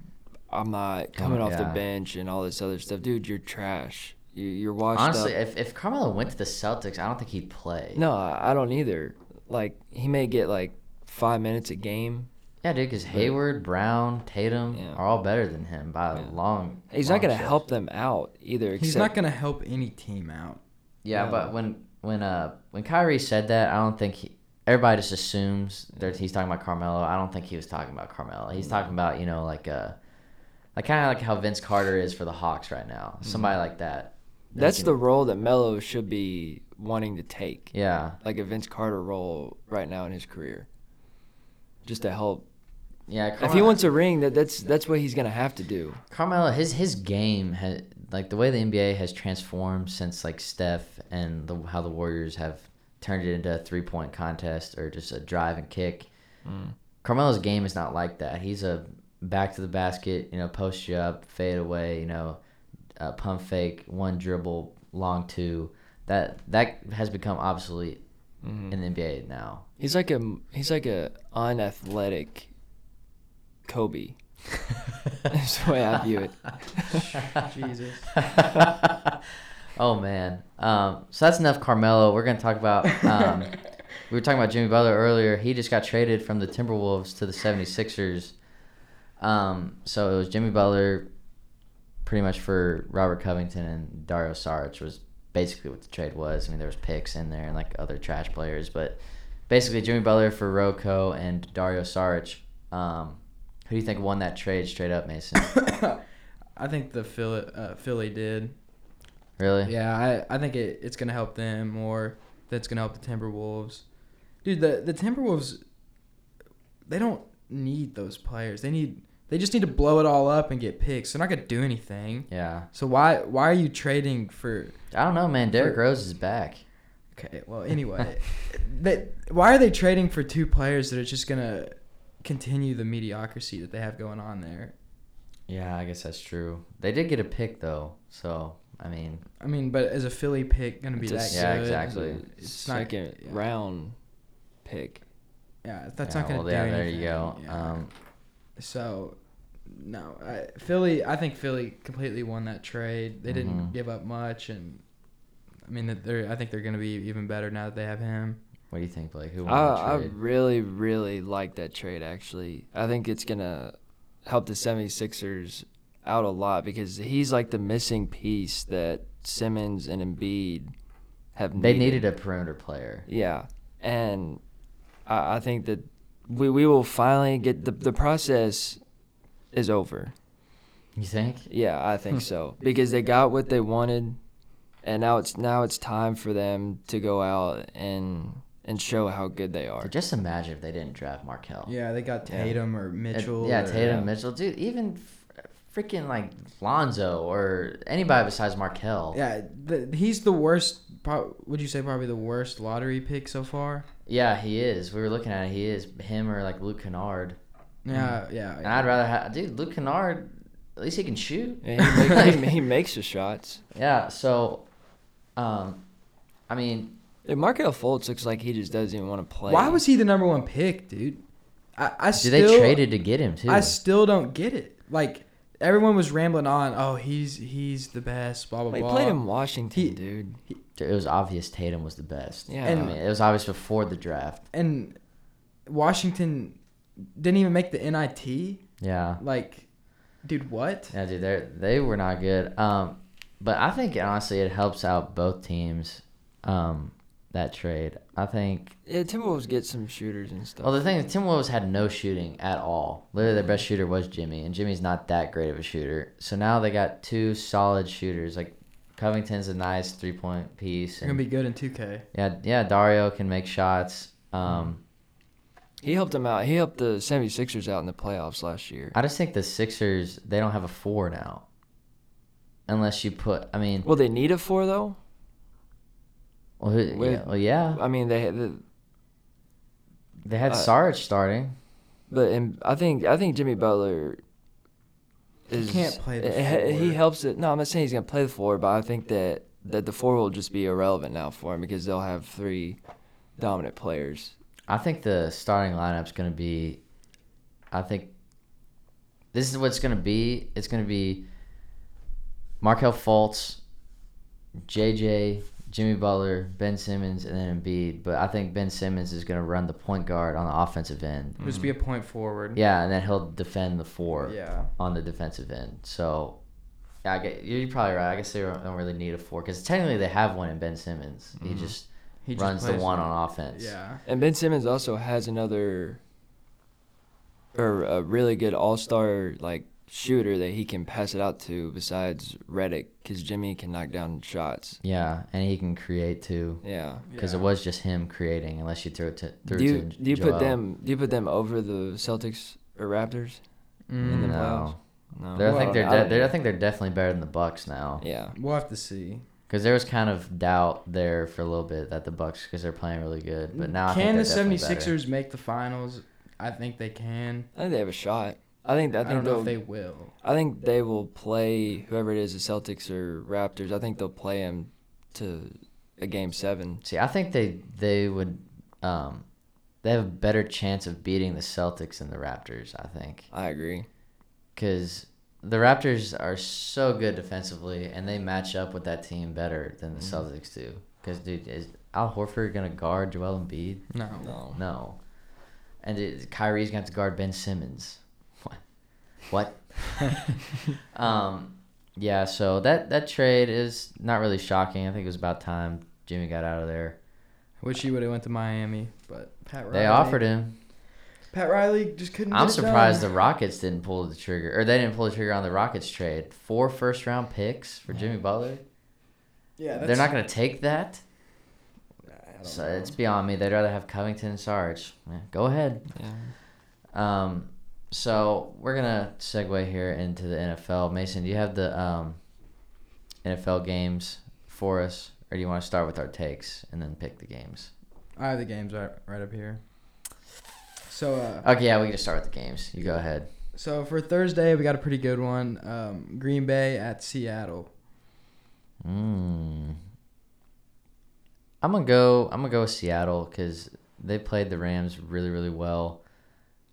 Speaker 2: I'm not coming off
Speaker 3: yeah.
Speaker 2: the bench and all this other stuff. Dude, you're trash. You, you're washed
Speaker 3: Honestly,
Speaker 2: up.
Speaker 3: if, if Carmelo went to the Celtics, I don't think he'd play.
Speaker 2: No, I I don't either. Like he may get like 5 minutes a game
Speaker 3: Yeah, dude, because Hayward, Brown, Tatum
Speaker 2: Yeah.
Speaker 3: are all better than him by a
Speaker 2: Yeah.
Speaker 3: long.
Speaker 2: He's not
Speaker 3: long
Speaker 2: gonna
Speaker 3: shot.
Speaker 2: help them out either. Except,
Speaker 4: He's not gonna help any team out. (coughs)
Speaker 3: Yeah,
Speaker 2: Yeah.
Speaker 3: but when when uh when Kyrie said that, I don't think he. Everybody just assumes that he's talking about Carmelo. I don't think he was talking about Carmelo. He's talking about you know like uh, like kind of like how Vince Carter is for the Hawks right now. Somebody like that. that
Speaker 2: Mm-hmm. That's
Speaker 3: can-
Speaker 2: the role that Melo should be wanting to take,
Speaker 3: yeah
Speaker 2: like a Vince Carter role right now in his career, just to help.
Speaker 3: yeah.
Speaker 2: If he
Speaker 3: Carmelo-
Speaker 2: wants a ring, that that's that's what he's gonna have to do.
Speaker 3: Carmelo, his his game has like the way the NBA has transformed since like Steph and the, how the Warriors have turned it into a three point contest or just a drive and kick. Carmelo's game is not like that. He's a back to the basket, you know, post you up, fade away, you know, uh, pump fake, one dribble, long two. That that has become obsolete in the NBA now.
Speaker 2: He's like a he's like a unathletic Kobe.
Speaker 3: (laughs)
Speaker 2: That's the way I view it.
Speaker 4: Jesus.
Speaker 3: oh man. Um, so that's enough Carmelo. We're gonna talk about. Um, we were talking about Jimmy Butler earlier. He just got traded from the Timberwolves to the 76ers. Um, so it was Jimmy Butler, pretty much for Robert Covington and Dario Saric was basically what the trade was. I mean, there was picks in there and like other trash players, but basically Jimmy Butler for Rocco and Dario Saric. Um, who do you think won that trade straight up,
Speaker 4: (coughs)
Speaker 3: Mason?
Speaker 4: I think the Philly, uh, Philly did.
Speaker 3: Really?
Speaker 4: Yeah, I, I think it, it's gonna help them more. That's gonna help the Timberwolves. Dude, the the Timberwolves, they don't need those players. They need they just need to blow it all up and get picks. They're not gonna do anything.
Speaker 3: Yeah.
Speaker 4: So why why are you trading for?
Speaker 3: I don't know, man. Derrick Rose is back.
Speaker 4: Okay, well
Speaker 3: (laughs)
Speaker 4: anyway, that why are they trading for two players that are just gonna continue the mediocrity that they have going on there?
Speaker 3: Yeah, I guess that's true. They did get a pick though, so I mean,
Speaker 4: I mean, but is a Philly pick gonna be
Speaker 2: It's a
Speaker 4: that
Speaker 2: s-
Speaker 3: yeah,
Speaker 4: good?
Speaker 3: exactly.
Speaker 4: It's not-
Speaker 2: Second
Speaker 4: yeah.
Speaker 2: round pick.
Speaker 4: Yeah, that's
Speaker 3: yeah,
Speaker 4: not gonna
Speaker 3: well,
Speaker 4: do
Speaker 3: yeah,
Speaker 4: anything.
Speaker 3: there you go.
Speaker 4: Yeah.
Speaker 3: Um,
Speaker 4: So, no, I, Philly. I think Philly completely won that trade. They didn't
Speaker 3: Mhm.
Speaker 4: give up much, and I mean, that they're. I think they're going to be even better now that they have him.
Speaker 3: what do you think, Blake? Who
Speaker 2: I,
Speaker 3: won
Speaker 2: Uh, I
Speaker 3: the trade?
Speaker 2: really, really like that trade, actually. I think it's going to help the 76ers out a lot because he's like the missing piece that Simmons and Embiid have
Speaker 3: they needed a perimeter player.
Speaker 2: Yeah. And I, I think that we, we will finally get the, the process is over.
Speaker 3: You think?
Speaker 2: Yeah, I think so because they got what they wanted, and now it's now it's time for them to go out and and show how good they
Speaker 3: Or
Speaker 2: are.
Speaker 3: just imagine if they didn't draft Markel.
Speaker 4: Yeah, they got
Speaker 2: Yeah.
Speaker 4: Tatum or
Speaker 3: And-
Speaker 4: Mitchell.
Speaker 3: yeah,
Speaker 4: or-
Speaker 3: Tatum, Mitchell, dude, even f- freaking like Lonzo or anybody besides Markel.
Speaker 4: Yeah, the, he's the worst. Pro- would you say probably the worst lottery pick so far?
Speaker 3: Yeah, he is. We were looking at it. He is him or like Luke Kennard.
Speaker 2: Hmm.
Speaker 4: Yeah, yeah.
Speaker 3: And I'd rather have dude Luke Kennard. At least he can shoot.
Speaker 2: And (laughs)
Speaker 3: (laughs)
Speaker 2: He, make, he, he makes the shots.
Speaker 3: Yeah, so, um, I mean,
Speaker 2: And Markel Fultz looks like he just doesn't even want to play.
Speaker 4: Why was he the number one pick, dude? I, I
Speaker 3: do
Speaker 4: still,
Speaker 3: they traded to get him too?
Speaker 4: I still don't get it. Like everyone was rambling on. Oh, he's he's the best. Blah blah
Speaker 2: Like, he
Speaker 4: blah.
Speaker 2: played in Washington,
Speaker 4: He-
Speaker 2: dude.
Speaker 3: Dude, it was obvious Tatum was the best.
Speaker 2: Yeah.
Speaker 3: I
Speaker 4: And-
Speaker 3: mean, it was obvious before the draft.
Speaker 4: and Washington didn't even make the NIT.
Speaker 3: Yeah,
Speaker 4: Like, dude, what?
Speaker 3: yeah, dude, they they were not good. Um, but I think honestly, it helps out both teams. Um, that trade, I think.
Speaker 2: Yeah, Timberwolves get some shooters and stuff.
Speaker 3: Well, the thing is, Timberwolves had no shooting at all. Literally, their best shooter was Jimmy, and Jimmy's not that great of a shooter. So now they got two solid shooters. Like Covington's a nice three point piece.
Speaker 4: They're
Speaker 3: And
Speaker 4: gonna be good in 2K.
Speaker 3: Yeah, yeah, Dario can make shots. Um,
Speaker 2: he helped them out. He helped the 76ers out in the playoffs last year.
Speaker 3: I just think the Sixers they don't have a four now, unless you put. I mean,
Speaker 2: Well, they need a four though.
Speaker 3: well, who-
Speaker 2: with-
Speaker 3: yeah, well, yeah,
Speaker 2: I mean, they, they
Speaker 3: they had
Speaker 2: uh,
Speaker 3: Saric starting.
Speaker 2: But and I think I think Jimmy Butler is
Speaker 4: can't play the
Speaker 2: eh, He
Speaker 4: four.
Speaker 2: helps it. No, I'm not saying he's gonna play the four, but I think that that the four will just be irrelevant now for him because they'll have three dominant players.
Speaker 3: I think the starting lineup's gonna be. I think this is what's gonna be. It's gonna be Markel Fultz, JJ, Jimmy Butler, Ben Simmons, and then Embiid. But I think Ben Simmons is going to run the point guard on the offensive end.
Speaker 4: Just
Speaker 2: Mm-hmm.
Speaker 4: be a point forward.
Speaker 3: Yeah, and then he'll defend the four
Speaker 4: Yeah.
Speaker 3: on the defensive end. So, yeah, I get, you're probably right. I guess they don't don't really need a four because technically they have one in Ben Simmons. He
Speaker 5: Mhm.
Speaker 3: just
Speaker 4: Mm-hmm. He just
Speaker 3: runs the
Speaker 4: plays-
Speaker 3: one on offense.
Speaker 4: Yeah.
Speaker 2: And Ben Simmons also has another or a really good all-star like shooter that he can pass it out to besides Reddick cuz Jimmy can knock down shots.
Speaker 3: Yeah, and he can create too
Speaker 2: Yeah.
Speaker 3: because
Speaker 4: yeah.
Speaker 3: it was just him creating unless you throw it to through
Speaker 2: Do you,
Speaker 3: to
Speaker 2: do you
Speaker 3: Joel.
Speaker 2: put them do you put them over the Celtics or Raptors? in the
Speaker 4: Mm,
Speaker 3: No,
Speaker 2: playoffs? No.
Speaker 3: They're- I
Speaker 4: Well,
Speaker 3: think they're,
Speaker 2: I
Speaker 3: de-
Speaker 2: don't-
Speaker 3: they're I think they're definitely better than the Bucks now.
Speaker 2: Yeah.
Speaker 4: Mm-hmm. we'll have to see.
Speaker 3: Because there was kind of doubt there for a little bit that the Bucks, because they're playing really good, but now
Speaker 4: can
Speaker 3: I
Speaker 4: the
Speaker 3: think they're definitely better.
Speaker 4: 76ers make the finals? I think they can.
Speaker 2: I think they have a shot. I think
Speaker 4: I,
Speaker 2: I think
Speaker 4: don't know
Speaker 2: they'll-
Speaker 4: if they will.
Speaker 2: I think they will play whoever it is, the Celtics or Raptors. I think they'll play him to a game 7.
Speaker 3: See, I think they they would, um, they have a better chance of beating the Celtics than the Raptors. I think
Speaker 2: I agree.
Speaker 3: because the Raptors are so good defensively, and they match up with that team better than the Celtics do. Because dude, is Al Horford gonna guard Joel Embiid?
Speaker 4: Oh, No.
Speaker 2: No.
Speaker 3: No, and it, Kyrie's gonna have to guard Ben Simmons. What? What? um, yeah. So that that trade is not really shocking. I think it was about time Jimmy got out of there.
Speaker 4: Wish he would have went to Miami, but Pat Riley.
Speaker 3: They offered him.
Speaker 4: Pat Riley just uh, couldn't.
Speaker 3: I'm
Speaker 4: get it
Speaker 3: surprised the
Speaker 4: done.
Speaker 3: Rockets didn't pull the trigger, or they didn't pull the trigger on the Rockets trade. Four first round picks for Jimmy Butler.
Speaker 4: yeah,
Speaker 3: They're not gonna take that.
Speaker 4: gonna.
Speaker 3: So it's beyond me. They'd rather have Covington and Sarge. Yeah, go ahead.
Speaker 2: Yeah.
Speaker 3: Um, so we're gonna segue here into the NFL. Mason, do you have the um, NFL games for us, or do you want to start with our takes and then pick the games?
Speaker 4: I have the games right, right up here. So, uh,
Speaker 3: Okay, yeah, we can just start with the games. You go ahead.
Speaker 4: so for Thursday, we got a pretty good one. Um, Green Bay at Seattle.
Speaker 3: Mm. I'm gonna go. I'm gonna go with Seattle because they played the Rams really, really well.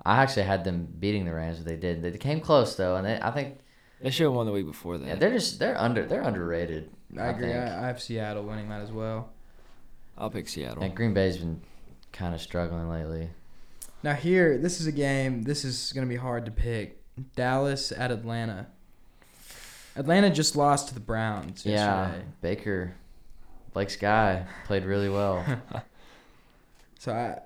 Speaker 3: I actually had them beating the Rams, but they did. They came close though, and they, I think
Speaker 2: They should have won the week before that.
Speaker 3: yeah, they're just they're under they're underrated.
Speaker 4: I, agree.
Speaker 3: think.
Speaker 4: I, I have Seattle winning that as well.
Speaker 2: I'll pick Seattle.
Speaker 3: And Green Bay's been kind of struggling lately.
Speaker 4: Now here, this is a game. This is gonna be hard to pick. Dallas at Atlanta. Atlanta just lost to the Browns
Speaker 3: Yeah,
Speaker 4: yesterday.
Speaker 3: Baker, Blake's guy played really well.
Speaker 4: So I,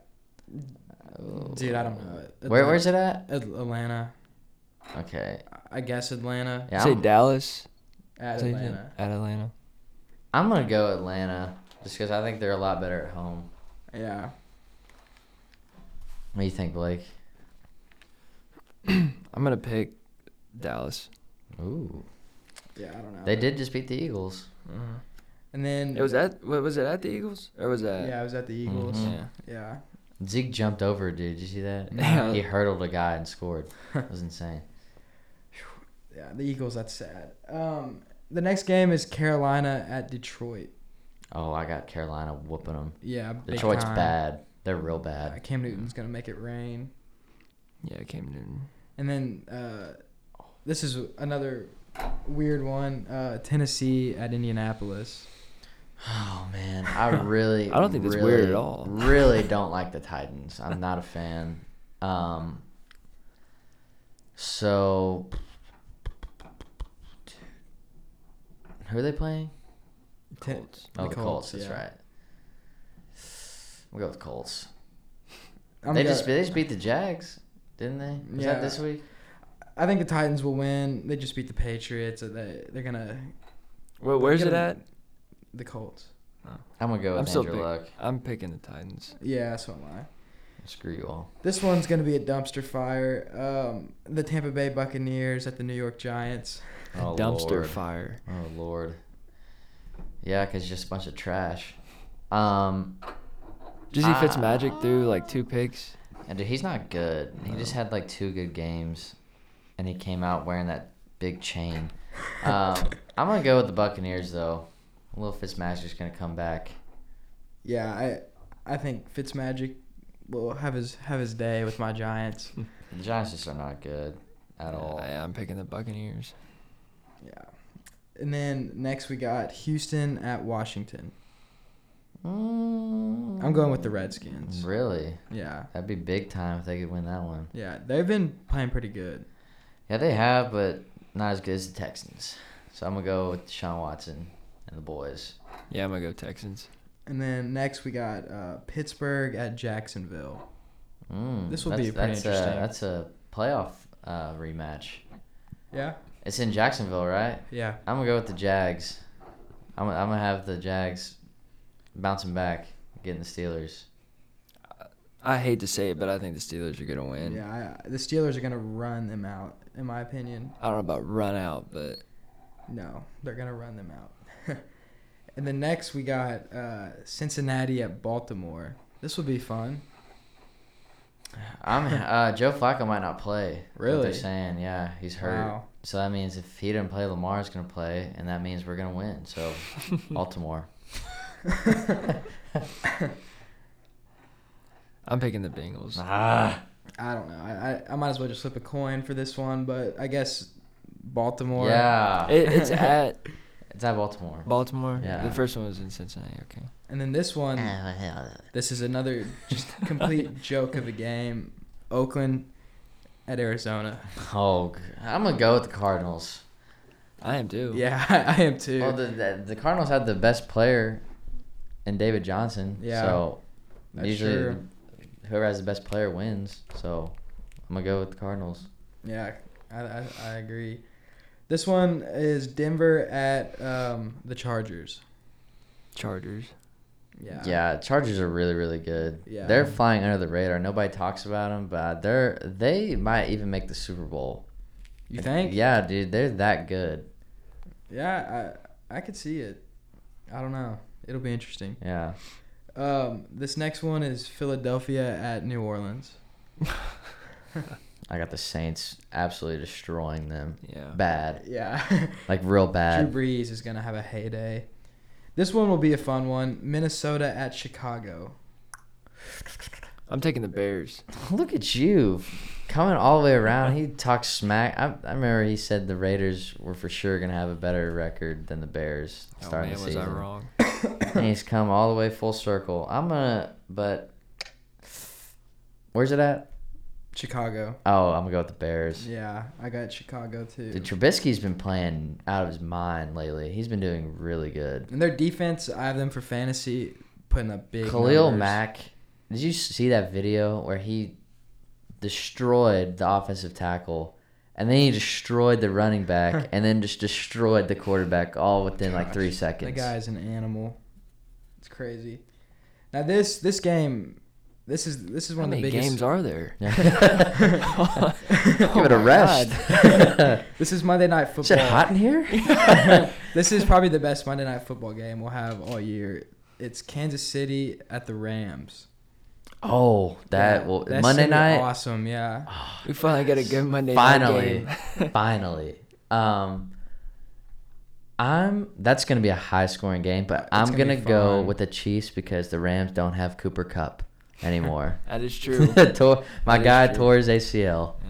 Speaker 4: (laughs) dude, I don't know.
Speaker 3: Where where's it at?
Speaker 4: At- Atlanta?
Speaker 3: Okay,
Speaker 4: I guess Atlanta
Speaker 3: yeah,
Speaker 2: Say
Speaker 3: I'm,
Speaker 2: Dallas.
Speaker 4: at
Speaker 2: Say
Speaker 4: Atlanta.
Speaker 2: At Atlanta.
Speaker 3: I'm gonna go Atlanta just because I think they're a lot better at home.
Speaker 4: Yeah,
Speaker 3: What do you think, Blake?
Speaker 2: I'm gonna pick Dallas.
Speaker 3: Ooh,
Speaker 4: yeah, I don't know.
Speaker 3: they did just beat the Eagles.
Speaker 4: And then
Speaker 2: It was at what was it at the Eagles or was that?
Speaker 4: Mm. yeah, it was at the Eagles.
Speaker 3: Mhm.
Speaker 2: Yeah.
Speaker 4: Yeah,
Speaker 3: Zeke jumped over, dude. Did you see that?
Speaker 2: Yeah.
Speaker 3: (laughs) he hurdled a guy and scored. That was insane.
Speaker 4: yeah, the Eagles. That's sad. Um, the next game is Carolina at Detroit.
Speaker 3: Oh, I got Carolina whooping them.
Speaker 4: Yeah, big
Speaker 3: Detroit's
Speaker 4: time.
Speaker 3: bad. They're real
Speaker 4: Uh,
Speaker 3: bad.
Speaker 4: Cam Newton's gonna make it rain.
Speaker 2: Yeah, Cam Newton.
Speaker 4: And then uh, this is another weird one. Uh, Tennessee at Indianapolis.
Speaker 3: Oh man,
Speaker 2: (laughs)
Speaker 3: I really.
Speaker 2: I don't think that's
Speaker 3: really,
Speaker 2: weird at all. (laughs)
Speaker 3: really don't like the Titans. I'm not a fan. Um. So. Who are they playing?
Speaker 4: Ten-
Speaker 2: Colts.
Speaker 3: Oh, the,
Speaker 4: The
Speaker 3: Colts.
Speaker 4: Colts,
Speaker 3: That's
Speaker 4: yeah.
Speaker 3: right. We'll go with Colts.
Speaker 4: I'm
Speaker 3: they
Speaker 4: go-
Speaker 3: just they just beat the Jags, didn't they? Was
Speaker 4: Yeah.
Speaker 3: that this week?
Speaker 4: I think the Titans will win. They just beat the Patriots. and They they're gonna
Speaker 2: Well, where's
Speaker 4: Get
Speaker 2: it
Speaker 4: him.
Speaker 2: at?
Speaker 4: the Colts.
Speaker 3: I'm gonna go with
Speaker 2: I'm still
Speaker 3: Andrew
Speaker 2: pick-
Speaker 3: Luck.
Speaker 2: I'm picking the Titans.
Speaker 4: Yeah, so am I.
Speaker 3: Screw you all.
Speaker 4: This one's gonna be a dumpster fire. Um, the Tampa Bay Buccaneers at the New York Giants.
Speaker 3: Oh,
Speaker 2: (laughs) Dumpster
Speaker 3: Lord.
Speaker 2: fire.
Speaker 3: Oh lord. Yeah, 'cause just a bunch of trash. Um,
Speaker 2: Dizzy
Speaker 3: Ah.
Speaker 2: Fitzmagic threw like two picks.
Speaker 3: and dude, he's not good. He just had like two good games, and he came out wearing that big chain. Um, I'm gonna go with the Buccaneers though. Little Fitzmagic's gonna come back.
Speaker 4: Yeah, I I think Fitzmagic will have his have his day with my Giants.
Speaker 3: The Giants just are not good at all.
Speaker 2: Uh, Yeah, I'm picking the Buccaneers.
Speaker 4: Yeah. And then next we got Houston at Washington. I'm going with the Redskins.
Speaker 3: Mm. Really?
Speaker 4: Yeah.
Speaker 3: That'd be big time if they could win that one.
Speaker 4: Yeah. They've been playing pretty good.
Speaker 3: Yeah, they have, but not as good as the Texans. So I'm gonna go with Sean Watson and the boys.
Speaker 2: Yeah, I'm gonna go Texans.
Speaker 4: And then next we got uh, Pittsburgh at Jacksonville.
Speaker 3: Mm,
Speaker 4: This will be
Speaker 3: that's-
Speaker 4: pretty
Speaker 3: that's
Speaker 4: interesting.
Speaker 3: A, that's a playoff uh, rematch.
Speaker 4: Yeah.
Speaker 3: It's in Jacksonville, right?
Speaker 4: Yeah.
Speaker 3: I'm gonna go with the Jags. I'm, I'm gonna have the Jags bouncing back, getting the Steelers.
Speaker 2: I hate to say it, but I think the Steelers are gonna win.
Speaker 4: yeah. I, the Steelers are gonna run them out, in my opinion.
Speaker 2: I don't know about run out, but
Speaker 4: No, they're gonna run them out. (laughs) and then next we got uh, Cincinnati at Baltimore. This will be fun. (laughs)
Speaker 3: I'm uh, Joe Flacco might not play. what
Speaker 4: Really?
Speaker 3: They're saying yeah, he's hurt.
Speaker 4: Wow.
Speaker 3: So that means if he didn't play, Lamar's gonna play, and that means we're gonna win.
Speaker 4: (laughs)
Speaker 3: So Baltimore.
Speaker 2: I'm picking the Bengals.
Speaker 3: ah,
Speaker 4: I don't know. I, I I might as well just flip a coin for this one, but I guess Baltimore.
Speaker 3: yeah,
Speaker 2: It,
Speaker 3: (laughs)
Speaker 2: it's at
Speaker 3: it's at Baltimore.
Speaker 2: Baltimore.
Speaker 3: Yeah.
Speaker 2: The first one was in Cincinnati. Okay.
Speaker 4: And then this one, this is another just complete joke of a game. Oakland at Arizona.
Speaker 3: (laughs) Oh, g- I'm gonna go with the Cardinals.
Speaker 2: I am too.
Speaker 4: Yeah, (laughs) I, am too.
Speaker 3: Well, the, the the Cardinals had the best player in David Johnson.
Speaker 4: Yeah.
Speaker 3: So
Speaker 4: That's
Speaker 3: usually,
Speaker 4: true.
Speaker 3: whoever has the best player wins. So I'm gonna go with the Cardinals.
Speaker 4: Yeah, I, I, I agree. This one is Denver at um, the Chargers.
Speaker 2: Chargers.
Speaker 4: Yeah.
Speaker 3: Yeah, Chargers are really really good.
Speaker 4: Yeah.
Speaker 3: They're flying under the radar. Nobody talks about them, but they're they might even make the Super Bowl.
Speaker 4: You think?
Speaker 3: Yeah, dude, they're that good.
Speaker 4: Yeah, I I could see it. I don't know. It'll be interesting.
Speaker 3: Yeah.
Speaker 4: Um, this next one is Philadelphia at New Orleans.
Speaker 3: I got the Saints absolutely destroying them.
Speaker 2: Yeah.
Speaker 3: Bad.
Speaker 4: Yeah. (laughs)
Speaker 3: Like real
Speaker 4: Drew
Speaker 3: bad.
Speaker 4: Brees is gonna have a heyday. This one will be a fun one. Minnesota at Chicago.
Speaker 2: I'm taking the Bears.
Speaker 3: Look at you, coming all the
Speaker 2: (laughs)
Speaker 3: way around. He talks smack. I, I remember he said the Raiders were for sure gonna have a better record than the Bears
Speaker 2: Oh
Speaker 3: starting
Speaker 2: man,
Speaker 3: the
Speaker 2: was I
Speaker 3: season.
Speaker 2: wrong?
Speaker 3: (clears throat) And he's come all the way full circle. I'm gonna, but where's it at?
Speaker 4: Chicago.
Speaker 3: Oh, I'm gonna go with the Bears.
Speaker 4: Yeah, I got Chicago too.
Speaker 3: Dude, Trubisky's been playing out of his mind lately. He's been doing really good.
Speaker 4: And their defense, I have them for fantasy putting up big.
Speaker 3: Khalil
Speaker 4: numbers.
Speaker 3: Mack. Did you see that video where he destroyed the offensive tackle and then he destroyed the running
Speaker 4: (laughs)
Speaker 3: back and then just destroyed the quarterback all within like three
Speaker 4: Gosh,
Speaker 3: seconds?
Speaker 4: That guy's an animal. It's crazy. Now this this game, this is this is
Speaker 2: How
Speaker 4: one of
Speaker 2: many
Speaker 4: the
Speaker 3: (laughs)
Speaker 4: biggest
Speaker 2: games are there? (laughs) Oh
Speaker 3: Yeah. Give it a
Speaker 2: my
Speaker 3: rest. (laughs)
Speaker 4: This is Monday Night
Speaker 3: Is it
Speaker 4: Football.
Speaker 3: hot in here?
Speaker 4: (laughs) This is probably the best Monday Night Football game we'll have all year. It's Kansas City at the Rams.
Speaker 3: (laughs) Oh, that
Speaker 4: Yeah,
Speaker 3: will
Speaker 4: that's
Speaker 3: Monday
Speaker 4: gonna
Speaker 3: night.
Speaker 4: be Awesome, yeah.
Speaker 2: (laughs) We finally got a good Monday
Speaker 3: Finally,
Speaker 2: night
Speaker 4: (laughs)
Speaker 2: (laughs)
Speaker 3: finally. Um, I'm. That's gonna be a high scoring game, but
Speaker 4: It's
Speaker 3: I'm
Speaker 4: gonna
Speaker 3: gonna,
Speaker 4: be
Speaker 3: go
Speaker 4: fun.
Speaker 3: with the Chiefs because the Rams don't have Cooper Cup anymore.
Speaker 2: game. That is true.
Speaker 3: (laughs) Tore, my
Speaker 2: That is
Speaker 3: guy
Speaker 2: true.
Speaker 3: tore his ACL,
Speaker 2: Yeah.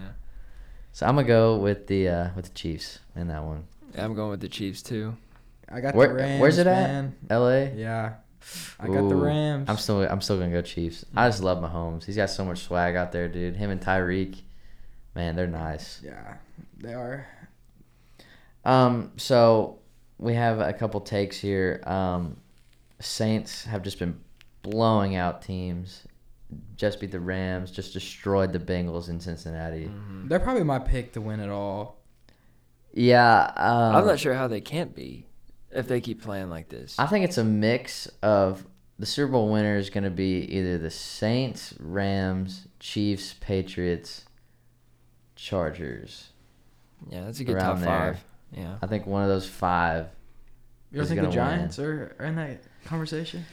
Speaker 3: so I'm gonna go with the uh, with the Chiefs in that one.
Speaker 2: I'm going with the Chiefs too.
Speaker 4: I got
Speaker 3: Where-
Speaker 4: the Rams.
Speaker 3: where's it at?
Speaker 4: man.
Speaker 3: L.A.
Speaker 4: Yeah. I got the
Speaker 3: Ooh,
Speaker 4: Rams.
Speaker 3: I'm still I'm still gonna go Chiefs. I just love Mahomes. He's got so much swag out there, dude. Him and Tyreek, man, they're nice.
Speaker 4: yeah, they are.
Speaker 3: Um, so we have a couple takes here. Um, Saints have just been blowing out teams. Just beat the Rams. Just destroyed the Bengals in Cincinnati.
Speaker 2: Mm-hmm.
Speaker 4: They're probably my pick to win it all.
Speaker 3: Yeah, um,
Speaker 2: I'm not sure how they can't be if they keep playing like this.
Speaker 3: I think it's a mix of the Super Bowl winner is going to be either the Saints, Rams, Chiefs, Patriots, Chargers.
Speaker 2: yeah, that's a good top
Speaker 3: Around there.
Speaker 2: five. Yeah.
Speaker 3: I think one of those five.
Speaker 4: You don't
Speaker 3: Who's
Speaker 4: think the
Speaker 3: gonna win?
Speaker 4: Giants are, are in that conversation?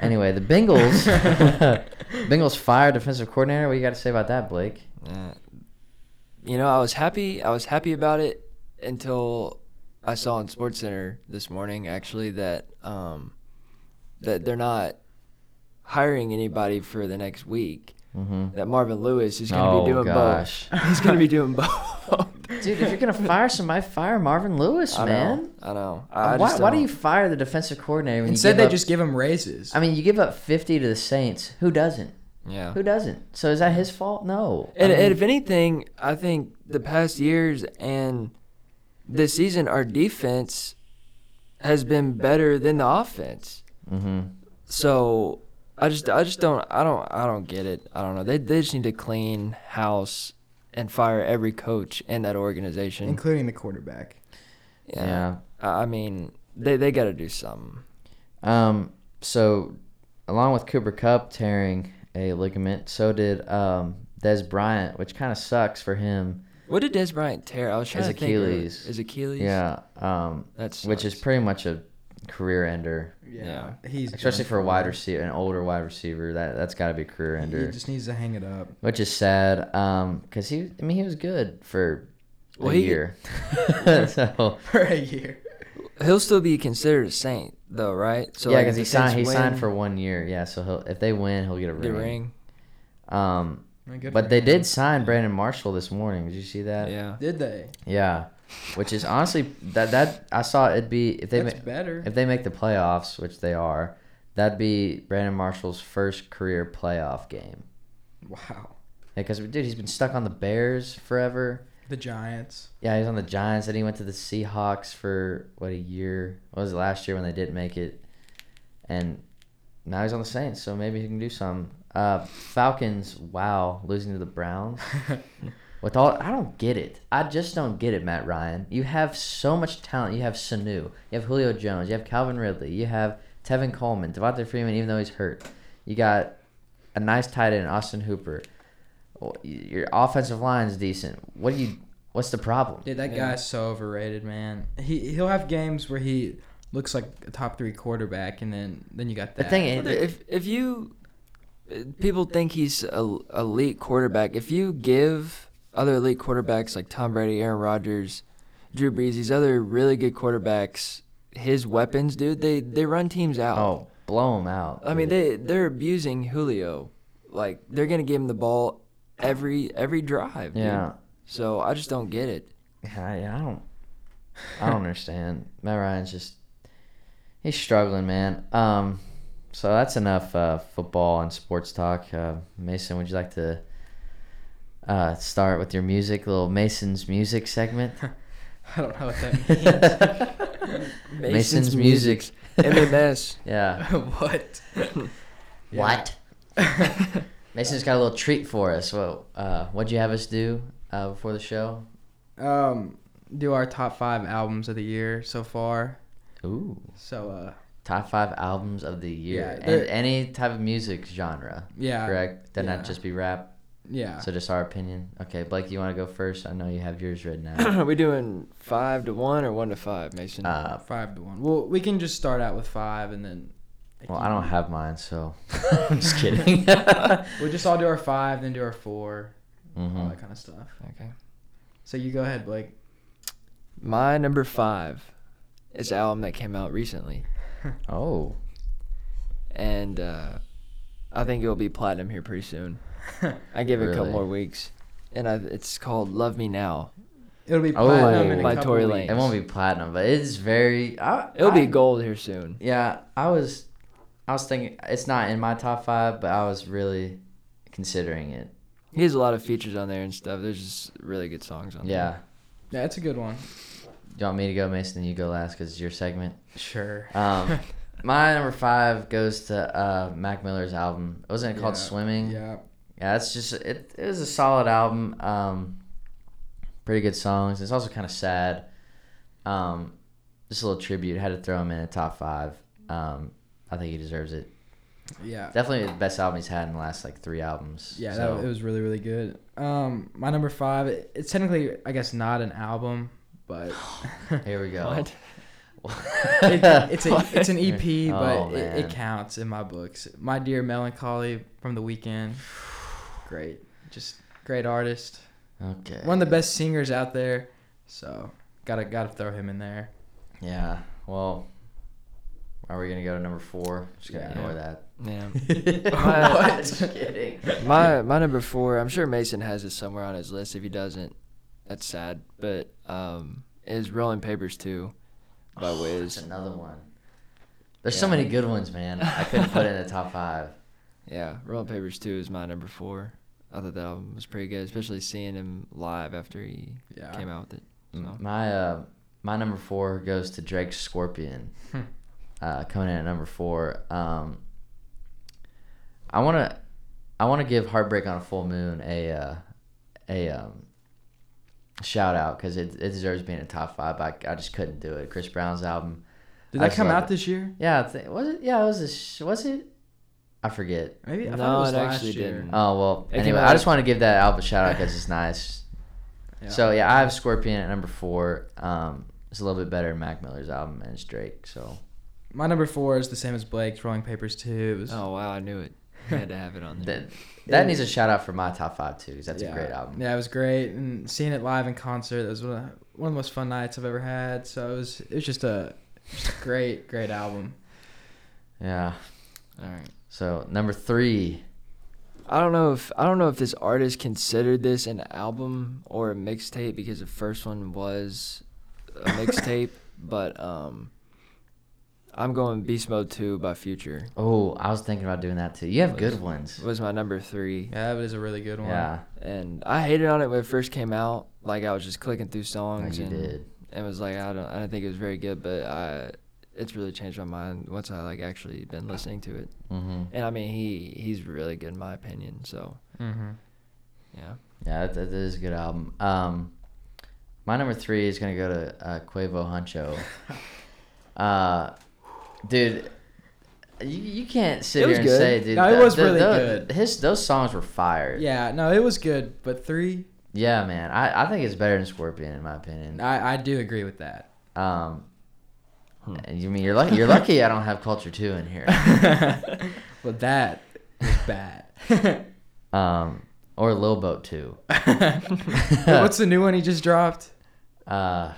Speaker 3: Anyway, the
Speaker 2: (laughs)
Speaker 3: Bengals. Bengals fire defensive coordinator. What you got to say about that, Blake?
Speaker 2: Uh, you know, I was happy. I was happy about it until I saw on Sports Center this morning actually that um, that they're not hiring anybody for the next week.
Speaker 3: Mm-hmm.
Speaker 2: That Marvin Lewis is gonna
Speaker 3: Oh
Speaker 2: be doing
Speaker 3: gosh,
Speaker 2: both. He's gonna be doing (laughs) both.
Speaker 3: dude! If you're gonna fire somebody, fire Marvin Lewis,
Speaker 2: I
Speaker 3: man.
Speaker 2: know. I know. I
Speaker 3: Uh, why,
Speaker 2: just
Speaker 3: why do
Speaker 2: don't-
Speaker 3: you fire the defensive coordinator? When
Speaker 4: Instead,
Speaker 3: you
Speaker 4: they
Speaker 3: give up-
Speaker 4: just give him raises.
Speaker 3: I mean, you give up fifty to the Saints. Who doesn't?
Speaker 2: Yeah.
Speaker 3: Who doesn't? So is that his fault? No. I
Speaker 2: And,
Speaker 3: mean,
Speaker 2: and if anything, I think the past years and this season, our defense has been better than the offense.
Speaker 3: mhm.
Speaker 2: So I just, I just don't, I don't, I don't get it. I don't know. They, they just need to clean house and fire every coach in that organization.
Speaker 4: including the quarterback.
Speaker 2: Yeah.
Speaker 3: yeah.
Speaker 2: I I mean, they, they got to do something.
Speaker 3: Um. So, along with Cooper Cup tearing a ligament, so did um Des Bryant, which kind of sucks for him.
Speaker 2: What did Des Bryant tear? I was trying
Speaker 3: His
Speaker 2: to think. of-
Speaker 3: Achilles.
Speaker 2: His Achilles.
Speaker 3: Yeah. Um.
Speaker 2: That's
Speaker 3: Which is pretty much a career ender,
Speaker 2: Yeah.
Speaker 4: he's
Speaker 3: especially
Speaker 4: done
Speaker 3: for a wide receiver, an older wide receiver. That that's got to be a career
Speaker 4: He,
Speaker 3: ender,
Speaker 4: he just needs to hang it up. (laughs)
Speaker 3: which is sad. Um. Because he, I mean, he was good for
Speaker 2: Well,
Speaker 3: a
Speaker 2: he- (laughs)
Speaker 3: year. (laughs) so
Speaker 4: for a year.
Speaker 2: He'll still be considered a saint, though, right? So
Speaker 3: yeah,
Speaker 2: like, if
Speaker 3: because he
Speaker 2: the
Speaker 3: signed. He
Speaker 2: Saints
Speaker 3: signed
Speaker 2: win,
Speaker 3: for one year. Yeah. So he'll if they win, he'll get a
Speaker 2: the
Speaker 3: ring.
Speaker 2: ring.
Speaker 3: Um.
Speaker 4: Well, good for
Speaker 3: But they
Speaker 4: him.
Speaker 3: did sign Brandon Marshall this morning. Did you see that?
Speaker 2: Yeah.
Speaker 4: Did they?
Speaker 3: Yeah, which is honestly that that I saw it'd be if they
Speaker 4: That's
Speaker 3: ma-
Speaker 4: better.
Speaker 3: if they make the playoffs, which they are, that'd be Brandon Marshall's first career playoff game.
Speaker 4: Wow.
Speaker 3: Because dude, he's been stuck on the Bears forever.
Speaker 4: The Giants. (laughs)
Speaker 3: Yeah, he was on the Giants. Then he went to the Seahawks for what a year? What was it last year when they didn't make it? And now he's on the Saints, so maybe he can do some. Uh, Falcons, wow, losing to the Browns. With all, I don't get it. I just don't get it, Matt Ryan. You have so much talent. You have Sanu, you have Julio Jones, you have Calvin Ridley, you have Tevin Coleman, Devontae Freeman, even though he's hurt. You got a nice tight end, Austin Hooper. Well, y- Your offensive line is decent. What do you? What's the problem?
Speaker 4: Dude, that
Speaker 2: Yeah.
Speaker 4: guy's so overrated, man. He he'll have games where he looks like a top three quarterback, and then then you got
Speaker 3: The
Speaker 4: that.
Speaker 3: thing is-
Speaker 2: But If if you eh, people think he's a elite quarterback, if you give other elite quarterbacks like Tom Brady, Aaron Rodgers, Drew Brees, these other really good quarterbacks, his weapons, dude, they they run teams out.
Speaker 3: Oh, blow them out.
Speaker 2: I mean,
Speaker 3: dude.
Speaker 2: they they're abusing Julio. Like they're gonna give him the ball every every drive. dude.
Speaker 3: Yeah,
Speaker 2: So I just don't get (laughs) it.
Speaker 3: I, I don't. I don't understand. Matt Ryan's just he's struggling, man. Um, so that's enough uh, football and sports talk. Uh, Mason, would you like to uh, start with your music, little Mason's music
Speaker 2: (laughs)
Speaker 3: segment?
Speaker 4: (laughs) I don't know what that means.
Speaker 3: Mason's music.
Speaker 2: MMS.
Speaker 3: yeah. (laughs)
Speaker 4: (laughs) what? Yeah.
Speaker 3: What? Mason's got a little treat for us. Well, uh, what'd you have us do uh, before the show?
Speaker 4: Um, do our top five albums of the year so far.
Speaker 3: Ooh,
Speaker 4: So uh,
Speaker 3: top five albums of the year
Speaker 4: Yeah,
Speaker 3: and
Speaker 4: they're-
Speaker 3: any type of music genre.
Speaker 4: yeah,
Speaker 3: correct? Then
Speaker 4: yeah.
Speaker 3: not just be rap.
Speaker 4: yeah.
Speaker 3: So just our opinion. Okay, Blake, you want to go first? I know you have yours written
Speaker 2: (coughs)
Speaker 3: out.
Speaker 2: (clears throat) Are we doing five to one or one to five, Mason?
Speaker 3: Uh,
Speaker 4: Five to one. Well, we can just start out with five, and then.
Speaker 3: well, I don't have mine, so (laughs) I'm
Speaker 4: (laughs)
Speaker 3: just kidding. (laughs) Mm-hmm.
Speaker 4: We'll just all do our five, then do our 4 all
Speaker 3: Mhm.
Speaker 4: that kind of stuff.
Speaker 2: okay.
Speaker 4: So you go ahead, Blake.
Speaker 2: My number five is an album that came out recently,
Speaker 3: Oh,
Speaker 2: and uh, I think it'll be platinum here
Speaker 3: (laughs)
Speaker 2: pretty soon. I give it a
Speaker 3: Really?
Speaker 2: couple more weeks, and I, it's called "Love Me Now."
Speaker 4: It'll be
Speaker 3: Oh,
Speaker 4: platinum in a
Speaker 2: by
Speaker 4: couple
Speaker 2: Tory
Speaker 4: weeks.
Speaker 2: Lanez.
Speaker 3: it won't be platinum, but it's very. I,
Speaker 2: It'll
Speaker 3: I-
Speaker 2: be gold here soon.
Speaker 3: Yeah, I was, I was thinking it's not in my top five, but I was really considering it.
Speaker 2: He has a lot of features on there and stuff. There's just really good songs on
Speaker 3: Yeah.
Speaker 4: Yeah, it's a good one.
Speaker 3: Do you want me to go, Mason? You go last because it's your segment.
Speaker 4: Sure. (laughs)
Speaker 3: Um, my number five goes to uh, Mac Miller's album. Wasn't it called
Speaker 4: Yeah.
Speaker 3: Swimming?
Speaker 4: Yeah.
Speaker 3: Yeah, it's just it. It was a solid album. Um, pretty good songs. It's also kind of sad. Um, just a little tribute. Had to throw him in a top five. Um, I think he deserves it.
Speaker 4: Yeah.
Speaker 3: Definitely the best album he's had in the last like three albums.
Speaker 4: Yeah,
Speaker 3: So-
Speaker 4: that, it was really, really good. Um, my number five, it- it's technically, I guess, not an album, but
Speaker 3: Here we go. (laughs)
Speaker 2: What?
Speaker 4: it, it's a, it's an EP,
Speaker 3: Oh,
Speaker 4: but it,
Speaker 3: man.
Speaker 4: it counts in my books. My dear melancholy from the weekend, great, just great artist,
Speaker 3: Okay.
Speaker 4: one of the best singers out there. So gotta gotta throw him in there.
Speaker 3: Yeah. Well, Are we gonna go to number four? Just gonna
Speaker 2: Yeah.
Speaker 3: ignore that.
Speaker 2: Yeah.
Speaker 3: (laughs) I'm just kidding.
Speaker 2: My my number four. I'm sure Mason has this somewhere on his list. If he doesn't, that's sad. But um, is Rolling Papers Two
Speaker 3: (sighs)
Speaker 2: by
Speaker 3: That's
Speaker 2: Wiz.
Speaker 3: another one. There's so
Speaker 2: Yeah.
Speaker 3: many good ones, man. I couldn't put it in the top five.
Speaker 2: Yeah, Rolling Papers Two is my number four. I thought that album was pretty good, especially seeing him live after he
Speaker 3: (laughs)
Speaker 4: Yeah.
Speaker 2: came out with it. So,
Speaker 3: My uh, my number four goes to Drake's Scorpion.
Speaker 4: Hmm.
Speaker 3: uh, coming in at number four. Um, I wanna, I wanna give Heartbreak on a Full Moon a, uh, a um, shout out because it, it deserves being a top five. But I, I just couldn't do it. Chris Brown's album.
Speaker 4: Did
Speaker 3: I
Speaker 4: that
Speaker 3: just
Speaker 4: come
Speaker 3: love
Speaker 4: out
Speaker 3: it.
Speaker 4: this year?
Speaker 3: Yeah, I thi- was it? Yeah, it was. A sh- was it? I forget.
Speaker 4: Maybe I
Speaker 2: No,
Speaker 4: thought it was
Speaker 2: it
Speaker 4: last
Speaker 2: actually
Speaker 4: year.
Speaker 2: didn't.
Speaker 3: Oh well.
Speaker 2: It came
Speaker 3: anyway,
Speaker 2: out
Speaker 3: I just
Speaker 2: of-
Speaker 3: want to give that album a shout out because it's nice.
Speaker 4: Yeah.
Speaker 3: So yeah, I have Scorpion at number four. Um, it's a little bit better than Mac Miller's album and it's Drake. So
Speaker 4: My number four is the same as Blake's Rolling Papers too. It was
Speaker 2: Oh wow, I knew it. I had to have it on there.
Speaker 3: that that
Speaker 4: It-
Speaker 3: needs a shout out for my top five too because that's a great album.
Speaker 4: Yeah, it was great, and seeing it live in concert that was one of, one of the most fun nights I've ever had. So it was it was just a, just a great great album.
Speaker 3: Yeah.
Speaker 2: All right.
Speaker 3: So number three,
Speaker 2: I don't know if I don't know if this artist considered this an album or a mixtape because the first one was a mixtape, but um, I'm going Beast Mode Two by Future.
Speaker 3: oh, I was thinking about doing that too. You have good ones.
Speaker 2: Was my number three,
Speaker 4: Yeah, that was a really good one.
Speaker 3: Yeah,
Speaker 2: and I hated on it when it first came out. Like I was just clicking through
Speaker 3: like
Speaker 2: songs
Speaker 3: you
Speaker 2: and
Speaker 3: did.
Speaker 2: and was like I don't I don't think it was very good, but I it's really changed my mind once I like actually been listening to it.
Speaker 3: hmm
Speaker 2: And I mean he he's really good in my opinion.
Speaker 3: (laughs)
Speaker 2: So
Speaker 4: Mm-hmm.
Speaker 2: yeah,
Speaker 3: Yeah, that, that is a good album. Um, my number three is gonna go to uh, Quavo Huncho.
Speaker 2: (laughs)
Speaker 3: uh, dude, you, you can't sit
Speaker 2: It
Speaker 3: here
Speaker 2: was
Speaker 3: and
Speaker 2: good.
Speaker 3: say, dude,
Speaker 4: No, it
Speaker 3: tho-
Speaker 4: was
Speaker 3: tho-
Speaker 4: really
Speaker 3: tho-
Speaker 4: good.
Speaker 3: His those songs were fire. Yeah,
Speaker 4: Yeah, no, it was good, but three,
Speaker 3: man, I, I think it's better than Scorpion in my opinion.
Speaker 4: I, I do agree with that.
Speaker 3: Um,
Speaker 2: Hmm.
Speaker 3: and you mean you're lucky? You're lucky I don't have Culture Two in
Speaker 2: (laughs)
Speaker 3: here.
Speaker 4: But that
Speaker 3: (laughs)
Speaker 4: is bad.
Speaker 3: Um, or Lil Boat Two.
Speaker 4: What's the new one he just dropped?
Speaker 3: Uh,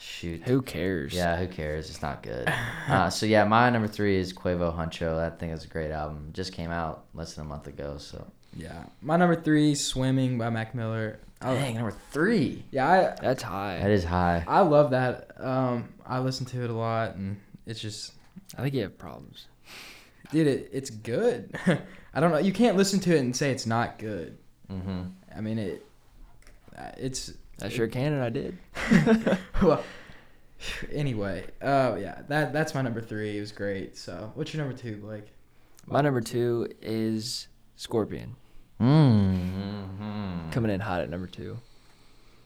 Speaker 3: shoot.
Speaker 2: who cares?
Speaker 3: Yeah, who cares? It's not good. Uh, so yeah, my number three is Quavo Huncho. I think it's a great album. Just came out less than a month ago. So
Speaker 4: Yeah, my number three, Swimming by Mac Miller. I,
Speaker 3: dang, number three.
Speaker 4: yeah, I,
Speaker 2: that's high.
Speaker 3: That is high.
Speaker 4: I love that. Um, I listen to it a lot, and it's just,
Speaker 2: I think you have problems.
Speaker 4: dude, it, it's good. (laughs) I don't know. You can't listen to it and say it's not good.
Speaker 3: Mm-hmm.
Speaker 4: I mean, it. uh, It's
Speaker 2: I sure can, and I did.
Speaker 4: well. Anyway, uh, yeah, that that's my number three. It was great. So, what's your number two, Blake?
Speaker 2: My number two is Scorpion,
Speaker 3: Mm-hmm.
Speaker 2: coming in hot at number two.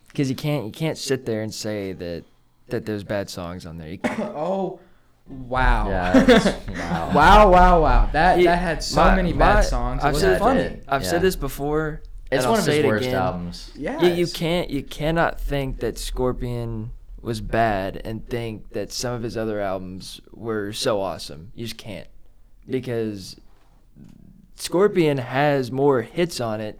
Speaker 2: Because you can't you can't sit there and say that that there's bad songs on there. You can't-
Speaker 4: oh, wow.
Speaker 3: Yeah.
Speaker 4: (laughs)
Speaker 3: that's- wow.
Speaker 4: Wow, wow, wow. That
Speaker 2: It-
Speaker 4: that had so
Speaker 2: my-
Speaker 4: many bad
Speaker 2: my-
Speaker 4: songs. It
Speaker 2: I've
Speaker 4: was
Speaker 2: said
Speaker 4: funny.
Speaker 2: I've
Speaker 3: Yeah.
Speaker 2: said this before.
Speaker 3: It's
Speaker 2: and I'll
Speaker 3: one of
Speaker 2: say
Speaker 3: his
Speaker 2: it
Speaker 3: worst
Speaker 2: again.
Speaker 3: albums.
Speaker 4: Yeah.
Speaker 2: You, you can't you cannot think that Scorpion was bad and think that some of his other albums were so awesome. You just can't because Scorpion has more hits on it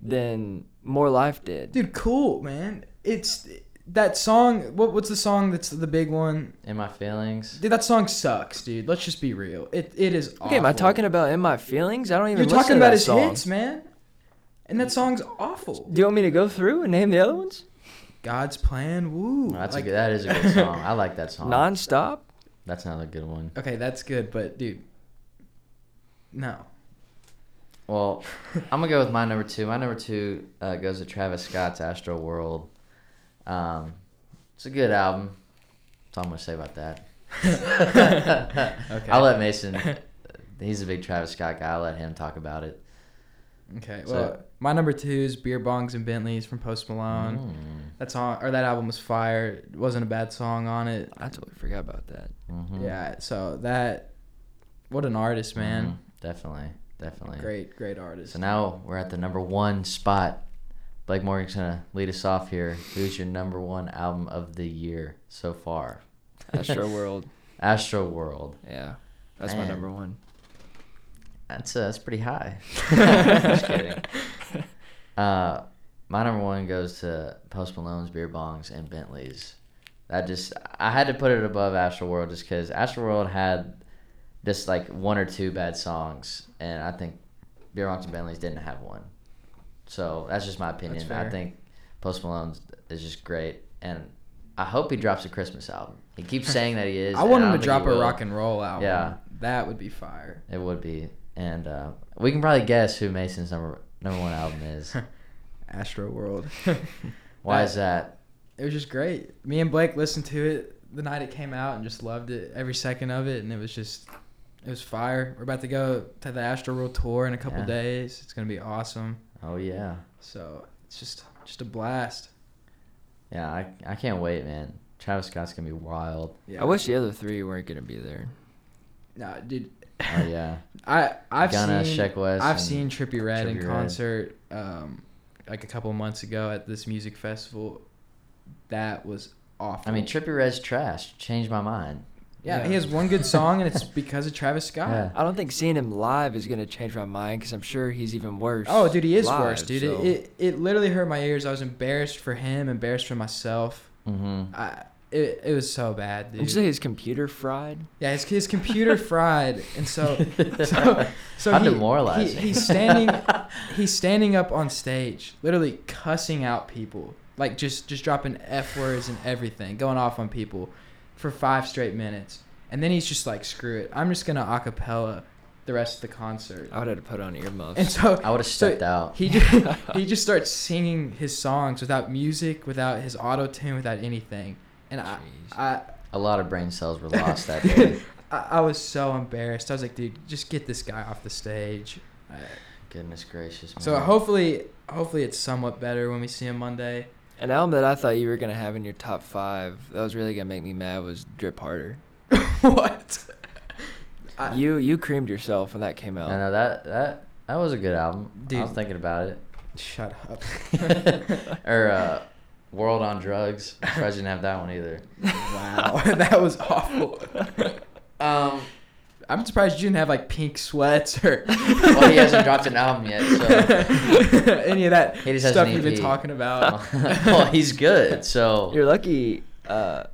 Speaker 2: than More Life did.
Speaker 4: Dude, cool, man. It's that song. What what's the song that's the big one?
Speaker 3: In my feelings.
Speaker 4: Dude, that song sucks, dude. Let's just be real. It it is.
Speaker 2: Okay, am I
Speaker 4: awful.
Speaker 2: talking about in my feelings? I don't even.
Speaker 4: You're
Speaker 2: listen
Speaker 4: talking
Speaker 2: to
Speaker 4: about
Speaker 2: that
Speaker 4: his
Speaker 2: song.
Speaker 4: hits, man. And that song's awful.
Speaker 2: Do you want me to go through and name the other ones?
Speaker 4: God's plan. Woo.
Speaker 3: That's a
Speaker 4: Like-
Speaker 3: good, that is a
Speaker 2: (laughs)
Speaker 3: good
Speaker 4: (laughs)
Speaker 3: song. I like that song.
Speaker 2: Nonstop.
Speaker 3: That's another good one.
Speaker 4: Okay, that's good, but dude,
Speaker 3: (laughs)
Speaker 4: no.
Speaker 3: Well, I'm gonna go with my number two. My number two uh, goes to Travis Scott's Astro World. Um, it's a good album. That's all I'm gonna say about that.
Speaker 4: Okay.
Speaker 3: I'll let Mason. He's a big Travis Scott guy. I'll let him talk about it.
Speaker 4: Okay.
Speaker 3: So-
Speaker 4: Well, my number two is beer bongs and Bentleys from Post Malone.
Speaker 3: Mm. Mm-hmm.
Speaker 4: That song or that album was fire. It wasn't a bad song on it.
Speaker 2: I totally forgot about that.
Speaker 3: Mm-hmm.
Speaker 4: Yeah. So that, what an artist, man.
Speaker 3: definitely, Mm-hmm. definitely.
Speaker 4: Great, great artist.
Speaker 3: So now we're at the number one spot. Blake Morgan's gonna lead us off here. Who's your number one album of the year so far? (laughs)
Speaker 2: Astro (laughs) World.
Speaker 3: Astro World.
Speaker 2: Yeah, that's
Speaker 3: Man.
Speaker 2: my number one. (laughs)
Speaker 3: That's uh, that's pretty
Speaker 4: (laughs)
Speaker 3: high. (laughs) Just
Speaker 2: (laughs)
Speaker 3: kidding. Uh, my number one goes to Post Malone's beer bongs and Bentleys. That just I had to put it above Astroworld just because Astroworld had just like one or two bad songs, and I think Beer Monks and Bentleys didn't have one. So that's just my opinion. I
Speaker 4: fair.
Speaker 3: think Post Malone is just great, and I hope he drops a Christmas album. He keeps saying
Speaker 4: (laughs)
Speaker 3: that he is.
Speaker 4: I
Speaker 3: and
Speaker 4: want him
Speaker 3: don't
Speaker 4: to
Speaker 3: think
Speaker 4: drop
Speaker 3: he
Speaker 4: a
Speaker 3: will.
Speaker 4: rock and roll album.
Speaker 3: Yeah.
Speaker 4: That would be fire.
Speaker 3: It would be, and uh, we can probably guess who Mason's number number one album is.
Speaker 4: (laughs) Astro World.
Speaker 3: (laughs) Why is that?
Speaker 4: it was just great. Me and Blake listened to it the night it came out and just loved it every second of it. And it was just, it was fire. We're about to go to the Astro World tour in a couple
Speaker 3: Yeah.
Speaker 4: days. It's gonna be awesome.
Speaker 3: Oh yeah,
Speaker 4: So it's just, just a blast.
Speaker 3: yeah. I I can't wait, man. Travis Scott's gonna be wild.
Speaker 4: Yeah.
Speaker 2: I wish the other three weren't gonna be there.
Speaker 4: Nah, dude.
Speaker 3: Oh yeah.
Speaker 4: (laughs) I I've
Speaker 3: Gunna,
Speaker 4: seen
Speaker 3: Sheck West,
Speaker 4: I've
Speaker 3: and
Speaker 4: seen Trippy Red
Speaker 3: Trippie
Speaker 4: in
Speaker 3: Redd.
Speaker 4: concert, um, like a couple months ago at this music festival. That was awful.
Speaker 3: I mean, Trippy Red's trash. Changed my mind.
Speaker 4: yeah,
Speaker 2: Yeah. Uh,
Speaker 4: he has one good song, and it's because of Travis Scott.
Speaker 3: Yeah.
Speaker 2: I don't think seeing him live is gonna change my mind because I'm sure he's even worse.
Speaker 4: Oh, dude, he is
Speaker 2: live,
Speaker 4: worse, dude.
Speaker 2: so-
Speaker 4: It, it it literally hurt my ears. I was embarrassed for him, embarrassed for myself.
Speaker 3: Mm-hmm.
Speaker 4: I it, it was so bad,
Speaker 2: Did you
Speaker 4: dude.
Speaker 2: say his computer fried?
Speaker 4: Yeah, his,
Speaker 2: (laughs)
Speaker 4: his computer fried, and so
Speaker 3: (laughs)
Speaker 4: so so
Speaker 3: How
Speaker 4: he-
Speaker 3: demoralizing.
Speaker 4: he- he's
Speaker 3: (laughs)
Speaker 4: standing, he's standing up on stage, literally cussing out people, like just just dropping f words and everything, going off on people, for five straight minutes, and then he's just like, "Screw it, I'm just gonna acapella the rest of the concert."
Speaker 2: I would have to put on earmuffs.
Speaker 4: And
Speaker 2: (laughs)
Speaker 4: so (laughs)
Speaker 3: I would have stepped out.
Speaker 4: He just, (laughs) he just starts singing his songs without music, without his auto tune, without anything, and I,
Speaker 2: Jeez.
Speaker 4: I
Speaker 3: A lot of brain cells were lost that
Speaker 4: (laughs)
Speaker 3: day.
Speaker 4: I, I was so embarrassed. I was like, dude, just get this guy off the stage.
Speaker 3: Goodness gracious. Man.
Speaker 4: So hopefully, hopefully it's somewhat better when we see
Speaker 2: (laughs)
Speaker 4: him Monday.
Speaker 2: An album that I thought you were gonna have in your top five that was really gonna make me mad was Drip Harder.
Speaker 4: what? I-
Speaker 2: you you creamed yourself when that came out.
Speaker 3: I know that that that was a good album. I was
Speaker 4: Dude.
Speaker 3: thinking about it.
Speaker 4: Shut up.
Speaker 3: or uh, World on
Speaker 4: (laughs)
Speaker 3: Drugs. I'm surprised you didn't have that one either.
Speaker 4: wow, (laughs) that was awful. (laughs)
Speaker 3: Um,
Speaker 4: I'm surprised you didn't have like pink sweats
Speaker 2: (laughs)
Speaker 4: or.
Speaker 3: well, he hasn't dropped an album yet, so
Speaker 4: (laughs) Any of that
Speaker 3: He just has
Speaker 4: stuff
Speaker 3: an
Speaker 4: you've been
Speaker 3: EP.
Speaker 4: talking about.
Speaker 3: (laughs) well, he's good. So
Speaker 2: You're lucky. Uh,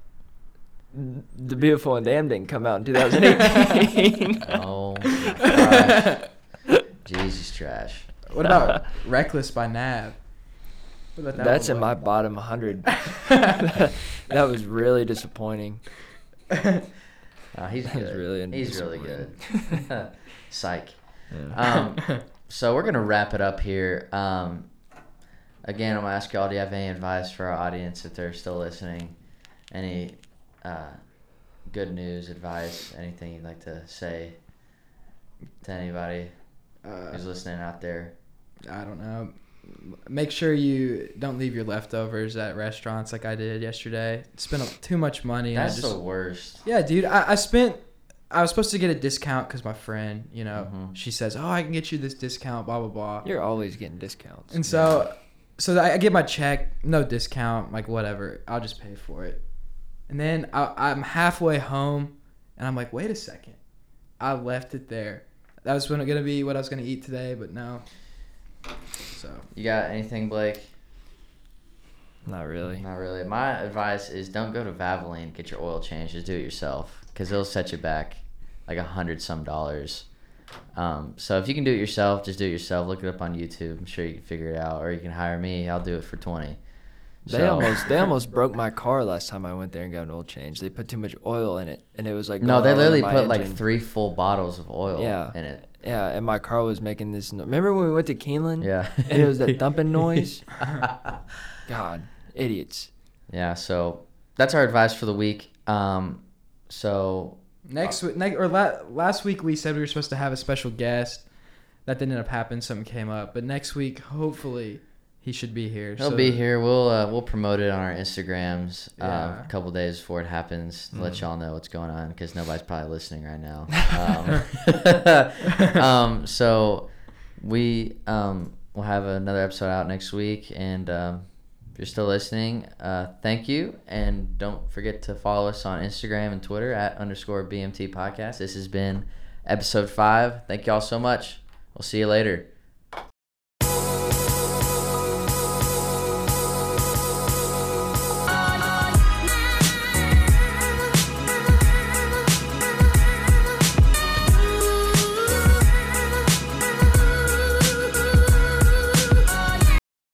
Speaker 2: the beautiful and damned didn't come out in 2018.
Speaker 3: (laughs) Oh, my
Speaker 2: (laughs)
Speaker 3: gosh. Jesus, trash.
Speaker 4: What about Reckless by Nav? What about that
Speaker 2: That's
Speaker 4: one,
Speaker 2: in
Speaker 4: Blake?
Speaker 2: my bottom
Speaker 4: (laughs)
Speaker 2: 100. (laughs) that was really disappointing. Uh,
Speaker 3: No,
Speaker 2: (laughs)
Speaker 3: he's
Speaker 2: That was
Speaker 3: good.
Speaker 2: really
Speaker 3: he's really good.
Speaker 2: disappointing.
Speaker 3: (laughs) Psych. Um,
Speaker 4: (laughs)
Speaker 2: (laughs)
Speaker 3: so we're gonna wrap it up here. Um, again, I'm gonna ask y'all: Do you have any advice for our audience if they're still listening? Any uh, good news, advice, anything you'd like to say to anybody
Speaker 4: Uh,
Speaker 3: who's listening out there?
Speaker 4: I don't know. Make sure you don't leave your leftovers at restaurants like I did yesterday. Spent too much money.
Speaker 3: That's
Speaker 4: and I just,
Speaker 3: the worst.
Speaker 4: yeah, dude. I, I spent. I was supposed to get a discount because my friend, you know,
Speaker 3: Mhm.
Speaker 4: she says, "Oh, I can get you this discount." Blah blah blah.
Speaker 2: You're always getting discounts.
Speaker 4: and so, so I I get my check, no discount, like whatever. I'll just pay for it. And then I, I'm halfway home, and I'm like, "Wait a second, I left it there." That was gonna be what I was gonna eat today, but no. So
Speaker 3: You got anything, Blake?
Speaker 2: Not really.
Speaker 3: Not really. My advice is don't go to Valvoline, get your oil changed, just do it yourself because it'll set you back like a hundred some dollars. Um, so if you can do it yourself, just do it yourself. Look it up on YouTube. I'm sure you can figure it out, or you can hire me. I'll do it for twenty.
Speaker 2: They
Speaker 3: So-
Speaker 2: almost they
Speaker 4: (laughs)
Speaker 2: almost broke my car last time I went there and got an oil change. They put too much oil in it, and it was like
Speaker 3: (laughs) no,
Speaker 2: going
Speaker 3: they
Speaker 2: all over
Speaker 3: literally
Speaker 2: my
Speaker 3: put like
Speaker 2: engine.
Speaker 3: three full bottles of oil
Speaker 2: Yeah.
Speaker 3: in it.
Speaker 2: Yeah, and my car was making this. No- Remember when we went to Keeneland?
Speaker 3: Yeah, (laughs)
Speaker 2: and it was that thumping noise. God, idiots.
Speaker 3: yeah. So that's our advice for the week. Um, so
Speaker 4: Next week, next, or la- last week, we said we were supposed to have a special guest. That didn't end up happening. Something came up, but next week, hopefully, he should be here.
Speaker 3: He'll
Speaker 4: so-
Speaker 3: be here. We'll uh, we'll promote it on our Instagrams uh,
Speaker 4: Yeah. Mm.
Speaker 3: a couple days before it happens to let y'all know what's going on because nobody's probably listening right
Speaker 4: (laughs)
Speaker 3: now. Um, (laughs) um, so we um, will have another episode out next week, and um, if you're still listening, uh, thank you, and don't forget to follow us on Instagram and Twitter at underscore BMT podcast. This has been episode five. Thank y'all so much. We'll see you later.